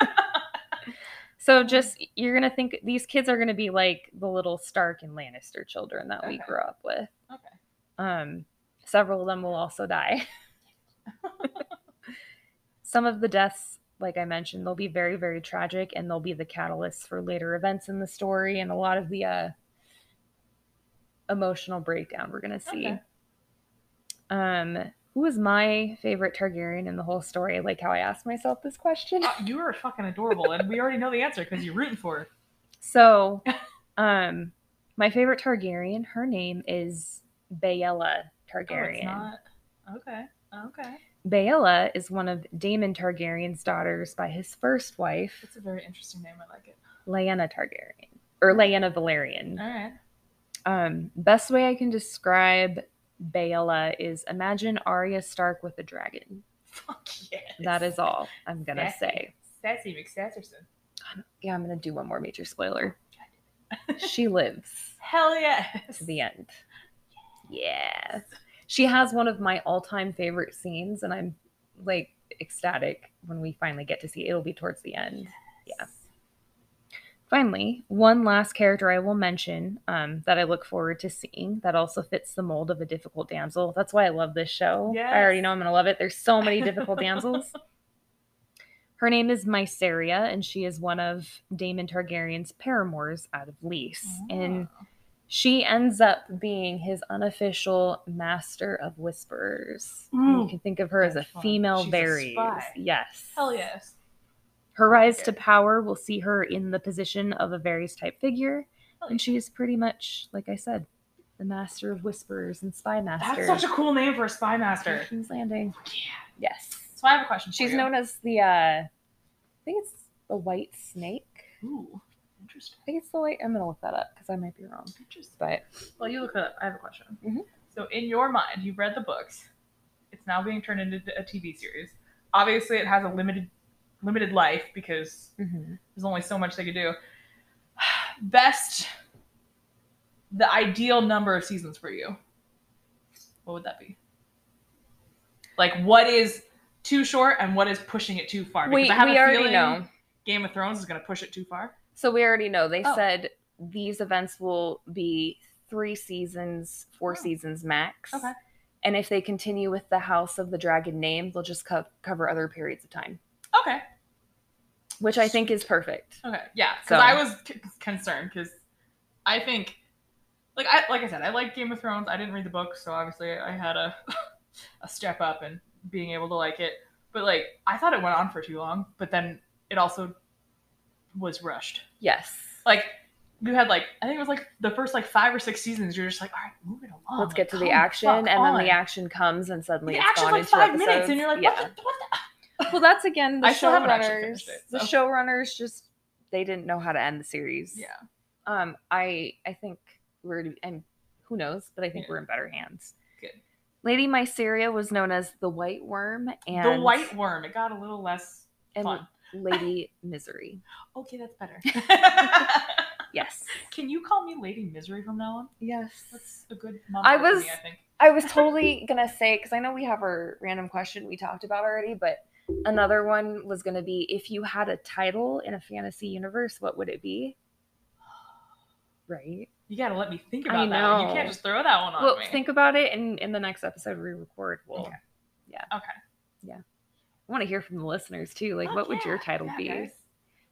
S2: so just you're gonna think these kids are gonna be like the little Stark and Lannister children that we
S1: Okay.
S2: grew up with.
S1: Okay.
S2: Um, several of them will also die. Some of the deaths, like I mentioned, they'll be very, very tragic, and they'll be the catalysts for later events in the story and a lot of the uh, emotional breakdown we're gonna see.
S1: Okay.
S2: Um, who is my favorite Targaryen in the whole story? I Like how I asked myself this question.
S1: Uh, you are fucking adorable, and we already know the answer because you're rooting for her. Oh,
S2: So, um, my favorite Targaryen, her name is
S1: Oh,
S2: Bayella
S1: it's
S2: Targaryen.
S1: not. Okay. Okay.
S2: Bayella is one of Daemon Targaryen's daughters by his first wife,
S1: That's a very interesting name. I like it.
S2: Lyanna Targaryen or Lyanna Valerian.
S1: All right.
S2: Um, best way I can describe Bayella is imagine Arya Stark with a dragon.
S1: Fuck yes.
S2: That is all I'm gonna
S1: Sassy.
S2: say.
S1: Sassy McSasserson.
S2: Yeah, I'm gonna do one more major spoiler. she lives
S1: Hell yes.
S2: to the end. Yeah. She has one of my all-time favorite scenes, and I'm like ecstatic when we finally get to see it. It'll be towards the end. yeah. Finally, one last character I will mention um, that I look forward to seeing that also fits the mold of a difficult damsel. That's why I love this show. I already
S1: Yes.
S2: know I'm going to love it. There's so many difficult damsels. Her name is Myceria, and she is one of Daemon Targaryen's paramours out of Lys. And
S1: Ah.
S2: she ends up being his unofficial master of whisperers. You
S1: Ooh,
S2: can think of her as a
S1: Mm. that's fun.
S2: female
S1: She's a
S2: Varys.
S1: spy.
S2: Yes.
S1: Hell yes. Oh,
S2: Her rise to
S1: Okay.
S2: power will see her in the position of a Varys type figure,
S1: Hell
S2: and she is pretty much, like I said, the master of whisperers and spy master.
S1: That's such a cool name for a spy master. Oh,
S2: King's Landing.
S1: Yeah. Oh,
S2: Yes.
S1: So I have a question. for
S2: She's
S1: you.
S2: known as the uh think it's the white snake.
S1: Ooh, interesting.
S2: I think it's the white. I'm gonna look that up because I might be wrong.
S1: Interesting.
S2: But
S1: Well, you look it up. I have a question.
S2: Mhm.
S1: So, in your mind, you've read the books. It's now being turned into a TV series. Obviously, it has a limited limited life because
S2: mhm.
S1: there's only so much they could do. Best, the ideal number of seasons for you. What would that be? Like, what is too short and what is pushing it too far?
S2: wait, we
S1: I have a
S2: already
S1: feeling
S2: know.
S1: Game of Thrones is going to push it too far.
S2: So we already know. They
S1: Oh.
S2: said these events will be three seasons, four
S1: Oh.
S2: seasons max.
S1: Okay.
S2: And if they continue with the House of the Dragon name, they'll just co- cover other periods of time,
S1: Okay.
S2: which I think is perfect.
S1: Okay, yeah, because
S2: So-
S1: I was c- concerned because I think, like I like I said, I like Game of Thrones. I didn't read the book, so obviously I had a a step up in being able to like it. But like I thought it went on for too long, but then it also was rushed.
S2: Yes.
S1: Like you had like I think it was like the first like five or six seasons. You're just like, all right, move it along.
S2: Let's get to
S1: oh, come
S2: the action,
S1: fuck
S2: and then
S1: on."
S2: the action comes, and suddenly
S1: The
S2: it's
S1: action's
S2: gone
S1: like
S2: into
S1: five
S2: episodes.
S1: minutes, and you're like,
S2: yeah.
S1: what? The, what the?
S2: Well, that's again the
S1: I still haven't actually
S2: showrunners.
S1: finished it,
S2: The
S1: so.
S2: showrunners just they didn't know how to end the series.
S1: Yeah,
S2: Um. I I think we're and who knows, but I think
S1: Yeah.
S2: we're in better hands.
S1: Good.
S2: Lady Myceria was known as the White Worm and
S1: the White Worm. It got a little less
S2: and
S1: fun.
S2: Lady Misery.
S1: Okay, that's better.
S2: Yes.
S1: Can you call me Lady Misery from now on?
S2: Yes.
S1: That's a good mom.
S2: I
S1: for me,
S2: was-
S1: I think.
S2: I was totally gonna say because I know we have our random question we talked about already, but another one was gonna be if you had a title in a fantasy universe, what would it be? Right.
S1: You gotta let me think
S2: I
S1: about that. One. You
S2: know.
S1: can't just throw that one on
S2: well,
S1: me.
S2: think about it, and in the next episode we record, we'll
S1: Okay.
S2: yeah,
S1: Okay.
S2: yeah. I want to hear from the listeners too. Like,
S1: Fuck
S2: what would your
S1: yeah.
S2: title
S1: Yeah,
S2: be?
S1: guys.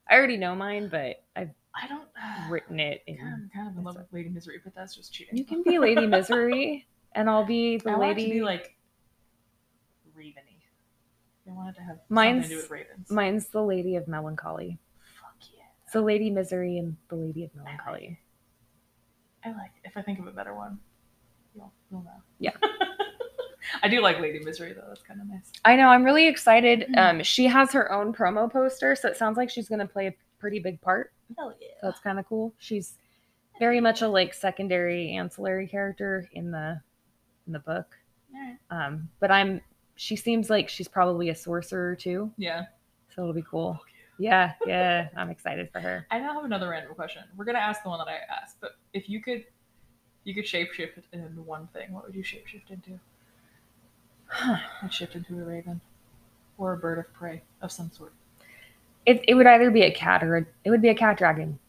S2: I already know mine, but I've
S1: I don't. uh,
S2: written it in.
S1: I'm kind of in love with Lady Misery, but that's just cheating.
S2: You can be Lady Misery, and I'll be the
S1: I want it
S2: lady.
S1: to be like Raveny. I wanted to have
S2: Mine's-
S1: something to do with ravens.
S2: Mine's the Lady of Melancholy.
S1: Fuck yeah,
S2: So Lady Misery and the Lady of Melancholy.
S1: I like. It. If I think of a better one, you'll you'll know.
S2: Yeah.
S1: I do like Lady Misery though. That's kind of nice.
S2: I know. I'm really excited.
S1: Mhm.
S2: Um, she has her own promo poster, so it sounds like she's going to play a pretty big part.
S1: Hell
S2: So that's kind of cool. She's very much a like secondary ancillary character in the in the book.
S1: Alright.
S2: Um, but I'm. She seems like she's probably a sorcerer too,
S1: Yeah.
S2: so it'll be cool. Yeah, yeah. I'm excited for her.
S1: I now have another random question. We're gonna ask the one that I asked, but if you could, you could shapeshift into one thing. What would you shapeshift into? I'd shift into a raven or a bird of prey of some sort.
S2: It, it would either be a cat or a, it would be a cat dragon.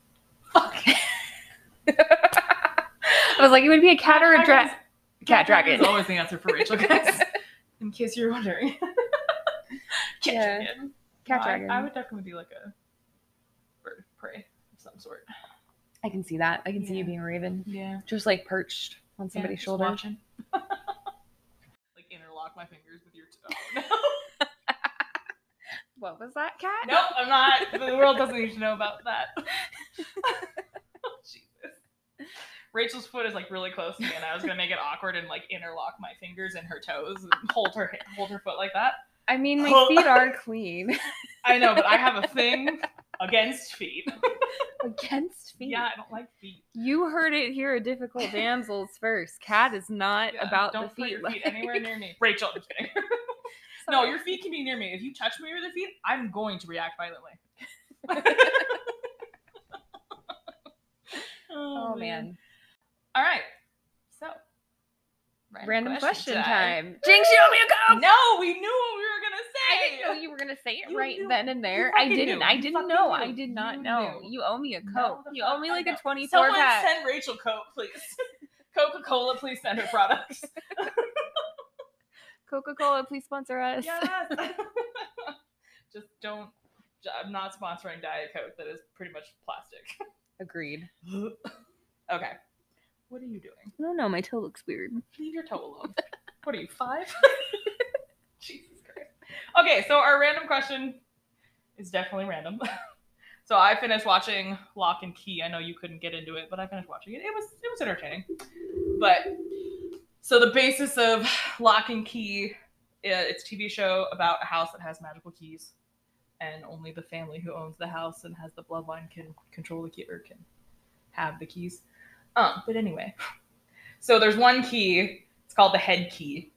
S1: Fuck.
S2: I was like, it would be a cat or a dragon.
S1: Dragons-
S2: cat
S1: dragons
S2: dragon.
S1: Always the answer for Rachel, guys. In case you're wondering. cat
S2: Yeah.
S1: dragon. No,
S2: Cat
S1: I-
S2: dragon.
S1: I, would definitely be like a bird of prey of some sort.
S2: I can see that. I can see you
S1: Yeah.
S2: being a raven,
S1: Yeah.
S2: just like perched on somebody's
S1: just
S2: shoulder.
S1: watching. like interlock my fingers with your. T- oh, no.
S2: What was that cat?
S1: Nope, I'm not. The world doesn't need to know about that. Jesus. Rachel's foot is like really close to me, and I was gonna make it awkward and like interlock my fingers and her toes and hold her hold her foot like that.
S2: I mean, my feet are clean
S1: I know, but I have a thing against feet.
S2: against feet.
S1: Yeah, I don't like feet.
S2: You heard it here at Difficult Damsels first. Cat is not
S1: Yeah,
S2: about
S1: don't
S2: the
S1: put
S2: feet.
S1: your feet anywhere near me, Rachel. I'm just kidding. no, your feet can be near me. If you touch me with the feet, I'm going to react violently.
S2: Oh man.
S1: All right. So, random,
S2: Random question,
S1: today.
S2: time. Jinx, you owe me a cup.
S1: No, we knew what we were gonna
S2: I
S1: say.
S2: didn't know you were gonna say it
S1: You
S2: right
S1: knew-
S2: then and there.
S1: you
S2: I
S1: fucking
S2: didn't.
S1: knew.
S2: I
S1: You
S2: didn't
S1: fucking
S2: know. I
S1: knew.
S2: did not
S1: You
S2: know.
S1: knew.
S2: You owe me a
S1: No,
S2: coat.
S1: the
S2: You
S1: fuck
S2: owe me
S1: I
S2: like a
S1: know.
S2: twenty-four
S1: Someone
S2: pack.
S1: send Rachel Coke, please. Coca Cola, please send her products.
S2: Coca-Cola, please sponsor us.
S1: yes. Just don't. I'm not sponsoring Diet Coke. That is pretty much plastic.
S2: Agreed.
S1: okay. What are you doing?
S2: I don't know. My toe looks weird.
S1: Leave your toe alone. what are you, five? Jesus Christ. Okay, so our random question is definitely random. so I finished watching Lock and Key. I know you couldn't get into it, but I finished watching it. It was it was entertaining. But so the basis of Lock and Key, uh, it's a TV show about a house that has magical keys. and only the family who owns the house and has the bloodline can control the key or can have the keys. Um, but anyway, so there's one key. It's called the head key.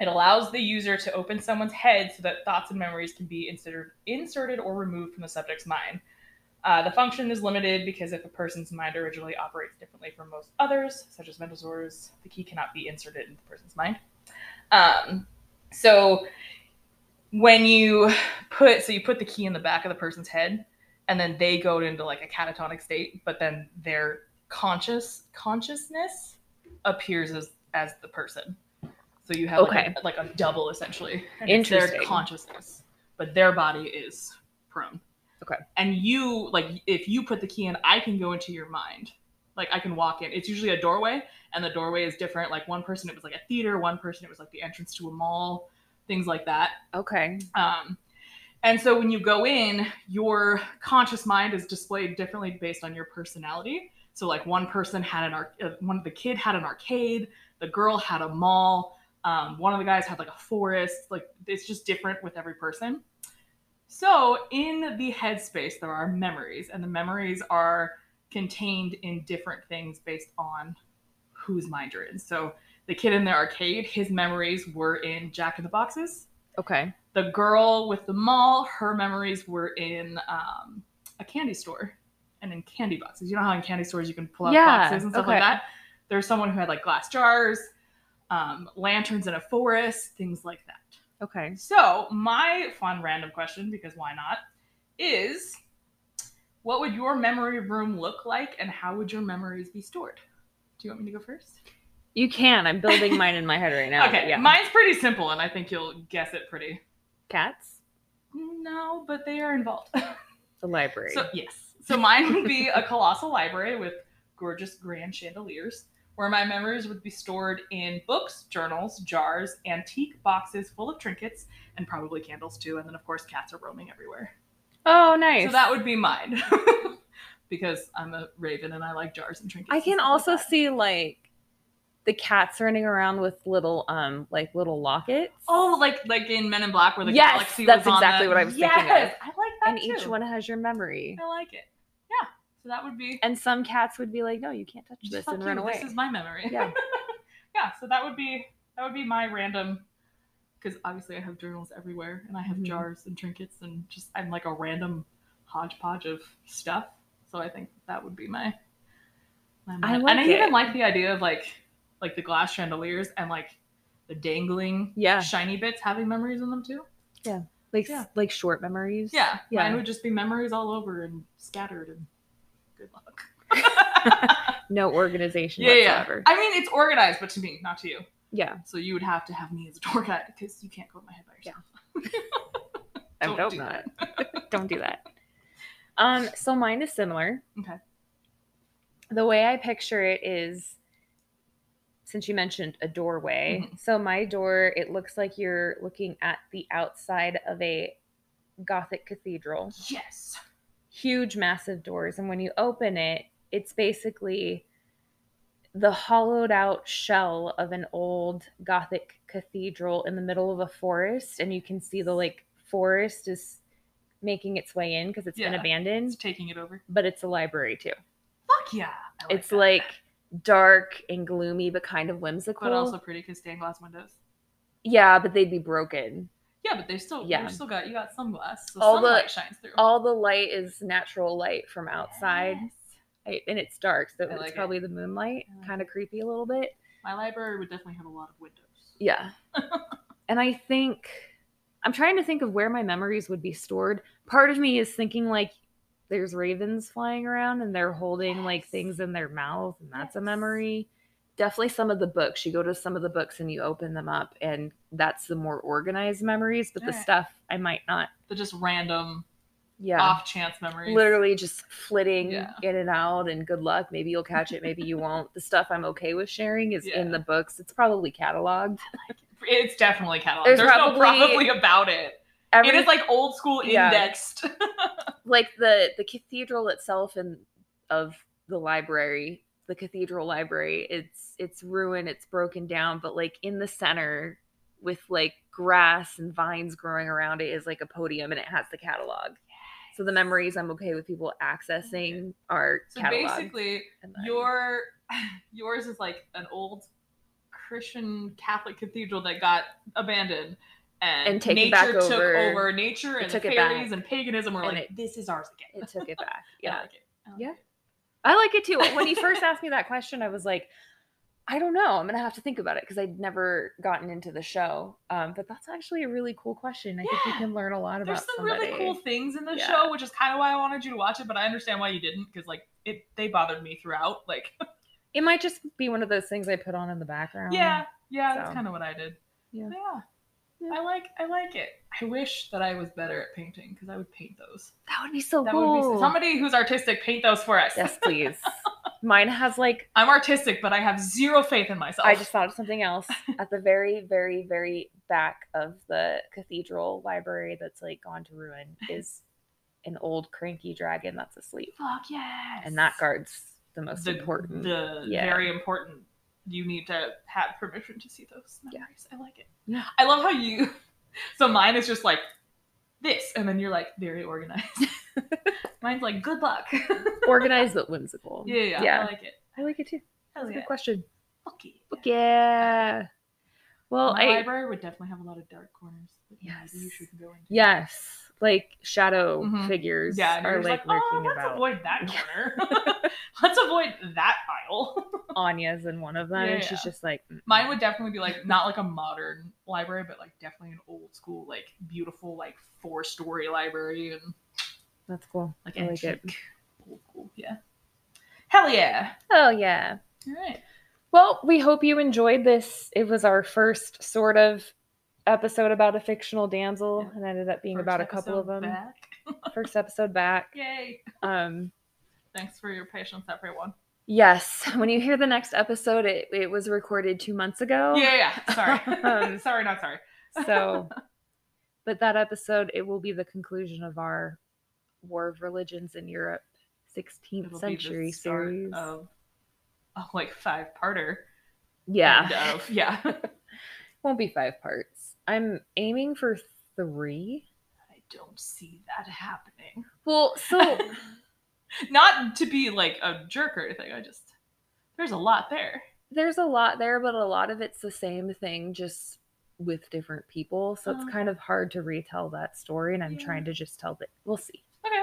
S1: It allows the user to open someone's head so that thoughts and memories can be inserted, inserted or removed from the subject's mind. Uh, the function is limited because if a person's mind originally operates differently from most others, such as mental disorders, the key cannot be inserted into the person's mind. Um, so when you put so you put the key in the back of the person's head, and then they go into like a catatonic state, but then their conscious consciousness appears as as the person. So you have
S2: Okay.
S1: like, a, like a double essentially. And it's their
S2: Interesting.
S1: consciousness, but their body is prone.
S2: Okay.
S1: And you like if you put the key in, I can go into your mind. Like I can walk in. It's usually a doorway, and the doorway is different. Like one person it was like a theater, one person it was like the entrance to a mall, things like that.
S2: Okay.
S1: Um, and so when you go in, your conscious mind is displayed differently based on your personality. So like one person had an arc, uh, one of the kid had an arcade, the girl had a mall, um, one of the guys had like a forest. Like it's just different with every person. So in the headspace, there are memories, and the memories are contained in different things based on whose mind you're in. So the kid in the arcade, his memories were in Jack in the Boxes
S2: Okay.
S1: the girl with the mall, her memories were in um, a candy store and in candy boxes. You know how in candy stores you can pull out
S2: Yeah,
S1: boxes and stuff
S2: okay.
S1: like that? There's someone who had like glass jars, um, lanterns in a forest, things like that.
S2: Okay.
S1: So, my fun random question, because why not, is what would your memory room look like and how would your memories be stored? Do you want me to go first?
S2: You can. I'm building mine in my head right now.
S1: okay,
S2: Yeah.
S1: mine's pretty simple and I think you'll guess it pretty.
S2: Cats.
S1: No, but they are involved.
S2: The library.
S1: So yes. So mine would be a colossal library with gorgeous grand chandeliers where my memories would be stored in books, journals, jars, antique boxes full of trinkets, and probably candles too. And then of course cats are roaming everywhere.
S2: oh, nice.
S1: So that would be mine. because I'm a raven and I like jars and trinkets.
S2: I
S1: and
S2: can
S1: stuff like
S2: also
S1: that.
S2: see like the cats running around with little um like little lockets.
S1: Oh, like like in Men in Black where the
S2: Yes,
S1: galaxy
S2: that's
S1: was on
S2: exactly
S1: the-
S2: what I was
S1: yes,
S2: thinking of.
S1: I like that
S2: and each
S1: too.
S2: one has your memory.
S1: I like it. Yeah. So that would be
S2: And some cats would be like, "No, you can't touch this,"
S1: fuck
S2: and run
S1: you,
S2: away.
S1: This is my memory.
S2: yeah.
S1: yeah so that would be that would be my random because obviously i have journals everywhere and i have
S2: Mhm.
S1: jars and trinkets and just i'm like a random hodgepodge of stuff so i think that would be my, my
S2: I
S1: mind.
S2: like
S1: and i
S2: it.
S1: even like the idea of like like the glass chandeliers and like the dangling
S2: Yeah.
S1: shiny bits having memories in them too
S2: Like
S1: Yeah.
S2: like short memories.
S1: yeah,
S2: Yeah.
S1: mine would just be memories all over and scattered and good luck
S2: no organization
S1: yeah yeah
S2: whatsoever.
S1: i mean it's organized but to me not to you
S2: Yeah.
S1: So you would have to have me as a tour guide because you can't go in my head by
S2: Yeah.
S1: yourself.
S2: I
S1: Don't
S2: hope
S1: do
S2: not. Don't do that. Um, so mine is similar.
S1: Okay.
S2: The way I picture it is since you mentioned a doorway.
S1: Mm-hmm.
S2: So my door, it looks like you're looking at the outside of a Gothic cathedral.
S1: Yes.
S2: Huge, massive doors. And when you open it, it's basically the hollowed out shell of an old Gothic cathedral in the middle of a forest. And you can see the like forest is making its way in because it's been
S1: Yeah.
S2: abandoned
S1: It's taking it over.
S2: but it's a library too.
S1: Fuck yeah. I
S2: it's
S1: that.
S2: like dark and gloomy, but kind of whimsical.
S1: but also pretty because stained glass windows.
S2: yeah, but they'd be broken.
S1: Yeah, but they still
S2: Yeah.
S1: yeah. still got you got some glass. So
S2: All the-
S1: sunlight shines through.
S2: All the light is natural light from outside, I- and it's dark, so
S1: I like
S2: it's
S1: it.
S2: probably the moonlight.
S1: I like
S2: Kind of creepy a little bit.
S1: My library would definitely have a lot of windows.
S2: Yeah, and I think I'm trying to think of where my memories would be stored. Part of me is thinking like. There's ravens flying around and they're holding like
S1: Yes.
S2: things in their mouth, and that's a
S1: Yes.
S2: memory. definitely some of the books you go to some of the books and you open them up and that's the more organized memories but the
S1: Alright.
S2: stuff i might not
S1: The just random
S2: yeah
S1: off chance memories.
S2: literally just flitting
S1: Yeah.
S2: in and out and good luck maybe you'll catch it maybe you won't the stuff i'm okay with sharing is in
S1: Yeah.
S2: the books it's probably cataloged
S1: It's definitely cataloged.
S2: There's
S1: There's, no
S2: probably-
S1: probably about it.
S2: Every,
S1: it is like old school
S2: Yeah.
S1: indexed.
S2: like the the cathedral itself and of the library the cathedral library it's it's ruined it's broken down but like in the center with like grass and vines growing around it is like a podium and it has the catalog. So the memories I'm okay with people accessing are
S1: So
S2: catalog.
S1: basically,
S2: and then-
S1: your yours is like an old Christian Catholic cathedral that got abandoned and,
S2: And
S1: nature
S2: taken back
S1: took
S2: over.
S1: over. Nature and the
S2: took it back.
S1: fairies and paganism were
S2: And
S1: like,
S2: it-
S1: this is ours again.
S2: it took it back.
S1: I
S2: Yeah.
S1: like it. I like
S2: Yeah.
S1: it.
S2: I like it too. When he first asked me that question, I was like, I don't know. I'm gonna have to think about it because I'd never gotten into the show. Um, but that's actually a really cool question. I think you
S1: Yeah.
S2: can learn a lot
S1: There's
S2: about
S1: some
S2: somebody.
S1: really cool things in the
S2: Yeah.
S1: show, which is kind of why I wanted you to watch it, but I understand why you didn't because like it they bothered me throughout. Like,
S2: It might just be one of those things I put on in the background.
S1: yeah, yeah, that's
S2: Uh-huh. So.
S1: kind of what I did.
S2: Yeah.
S1: But
S2: Yeah.
S1: I like I like it. I wish that I was better at painting because I would paint those.
S2: that would be so
S1: That
S2: cool.
S1: would be somebody who's artistic paint those for us.
S2: yes, please. Mine has like
S1: I'm artistic, but I have zero faith in myself.
S2: I just thought of something else at the very, very, very back of the cathedral library that's like gone to ruin is an old cranky dragon that's asleep,
S1: fuck yes.
S2: and that guards the most important.
S1: The
S2: Yeah.
S1: very important. You need to have permission to see those memories. I like it.
S2: Yeah.
S1: I love how you. So mine is just like this, and then you're like very organized. Mine's like good luck. yeah,
S2: organized but whimsical.
S1: yeah, yeah, I
S2: yeah.
S1: like it.
S2: I like it too.
S1: Hell
S2: That's a
S1: yeah.
S2: good question.
S1: Fuck it.
S2: Yeah. Well,
S1: My
S2: I
S1: library would definitely have a lot of dark corners. that maybe
S2: Yes.
S1: you should go into.
S2: yes, like shadow
S1: Mhm.
S2: figures
S1: Yeah, and you're
S2: are
S1: just
S2: like,
S1: like,
S2: lurking
S1: oh, let's
S2: about.
S1: avoid that corner. let's avoid that aisle.
S2: Anya's in one of them,
S1: Yeah,
S2: and
S1: yeah.
S2: she's just like, mm-mm.
S1: Mine would definitely be like not like a modern library, but like definitely an old school, like beautiful, like four story library and
S2: That's cool.
S1: like
S2: I like it.
S1: antique. Old school, yeah. Hell yeah!
S2: Oh yeah.
S1: All right.
S2: Well, we hope you enjoyed this. It was our first sort of episode about a fictional damsel,
S1: Yeah.
S2: and ended up being
S1: First
S2: about a couple of
S1: episode
S2: them.
S1: Back.
S2: First episode back.
S1: Yay!
S2: Um,
S1: Thanks for your patience, everyone.
S2: yes, when you hear the next episode, it, it was recorded two months ago.
S1: Yeah, yeah. yeah. Sorry,
S2: Um,
S1: sorry, not sorry.
S2: So, but that episode, it will be the conclusion of our War of Religions in Europe 16th
S1: It'll be the
S2: century
S1: start
S2: series.
S1: of a, like five parter.
S2: yeah.
S1: Of, yeah.
S2: Won't be five parts. I'm aiming for three.
S1: I don't see that happening.
S2: Well, so
S1: Not to be like a jerk or anything. I just there's a lot there.
S2: there's a lot there, but a lot of it's the same thing, just with different people. So it's
S1: Oh.
S2: kind of hard to retell that story. And I'm
S1: Yeah.
S2: trying to just tell that. We'll see.
S1: Okay.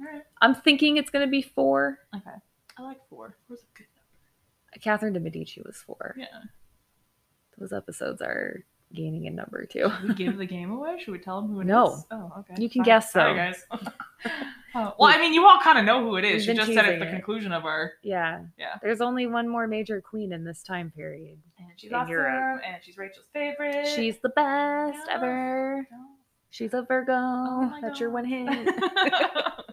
S1: All right.
S2: I'm thinking it's going to be four.
S1: I like four. Four's a good
S2: Catherine de Medici was four.
S1: number.
S2: Those episodes are gaining in number too.
S1: Yeah. Should we give the game away? Should we tell them who it is?
S2: No.
S1: Oh, okay.
S2: You can
S1: Fine.
S2: guess,
S1: Sorry,
S2: though.
S1: guys. Oh, well, I mean, you all kind of know who it is.
S2: We've
S1: You just
S2: been
S1: said it at
S2: teasing
S1: the
S2: it.
S1: conclusion of our.
S2: Yeah.
S1: Yeah.
S2: There's only one more major queen in this time period.
S1: And she's
S2: In
S1: awesome.
S2: Europe.
S1: And she's Rachel's favorite.
S2: She's the best
S1: Yeah.
S2: ever. She's a Virgo.
S1: my
S2: That's your one
S1: uh,
S2: hit.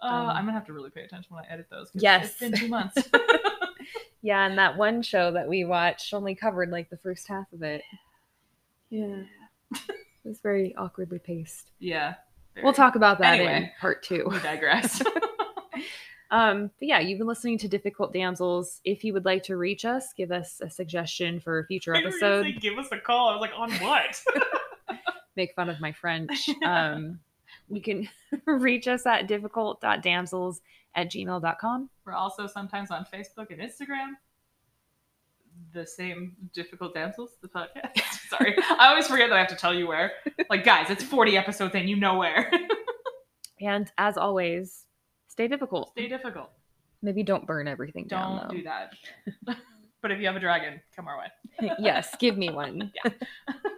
S2: Um,
S1: I'm gonna have to really pay attention when I edit those. 'cause
S2: Yes.
S1: It's been two months.
S2: yeah, and that one show that we watched only covered like the first half of it. Yeah. it was very awkwardly paced.
S1: yeah.
S2: We'll
S1: very-
S2: talk about that in
S1: Anyway.
S2: part two.
S1: We digress.
S2: Um, but yeah, you've been listening to Difficult Damsels. If you would like to reach us, give us a suggestion for a future
S1: You were gonna
S2: episode.
S1: say, give us a call. I was like, on what?
S2: make fun of my French. Um, you can reach us at difficult.damsels at gmail.com.
S1: We're also sometimes on Facebook and Instagram. The same difficult damsels, the podcast. Sorry, I always forget that I have to tell you where. Like, guys, it's 40 episodes and you know where.
S2: And as always, stay difficult.
S1: Stay difficult.
S2: Maybe don't burn everything
S1: Don't
S2: down, though.
S1: do that. but if you have a dragon, come our way.
S2: yes, give me one.
S1: Yeah.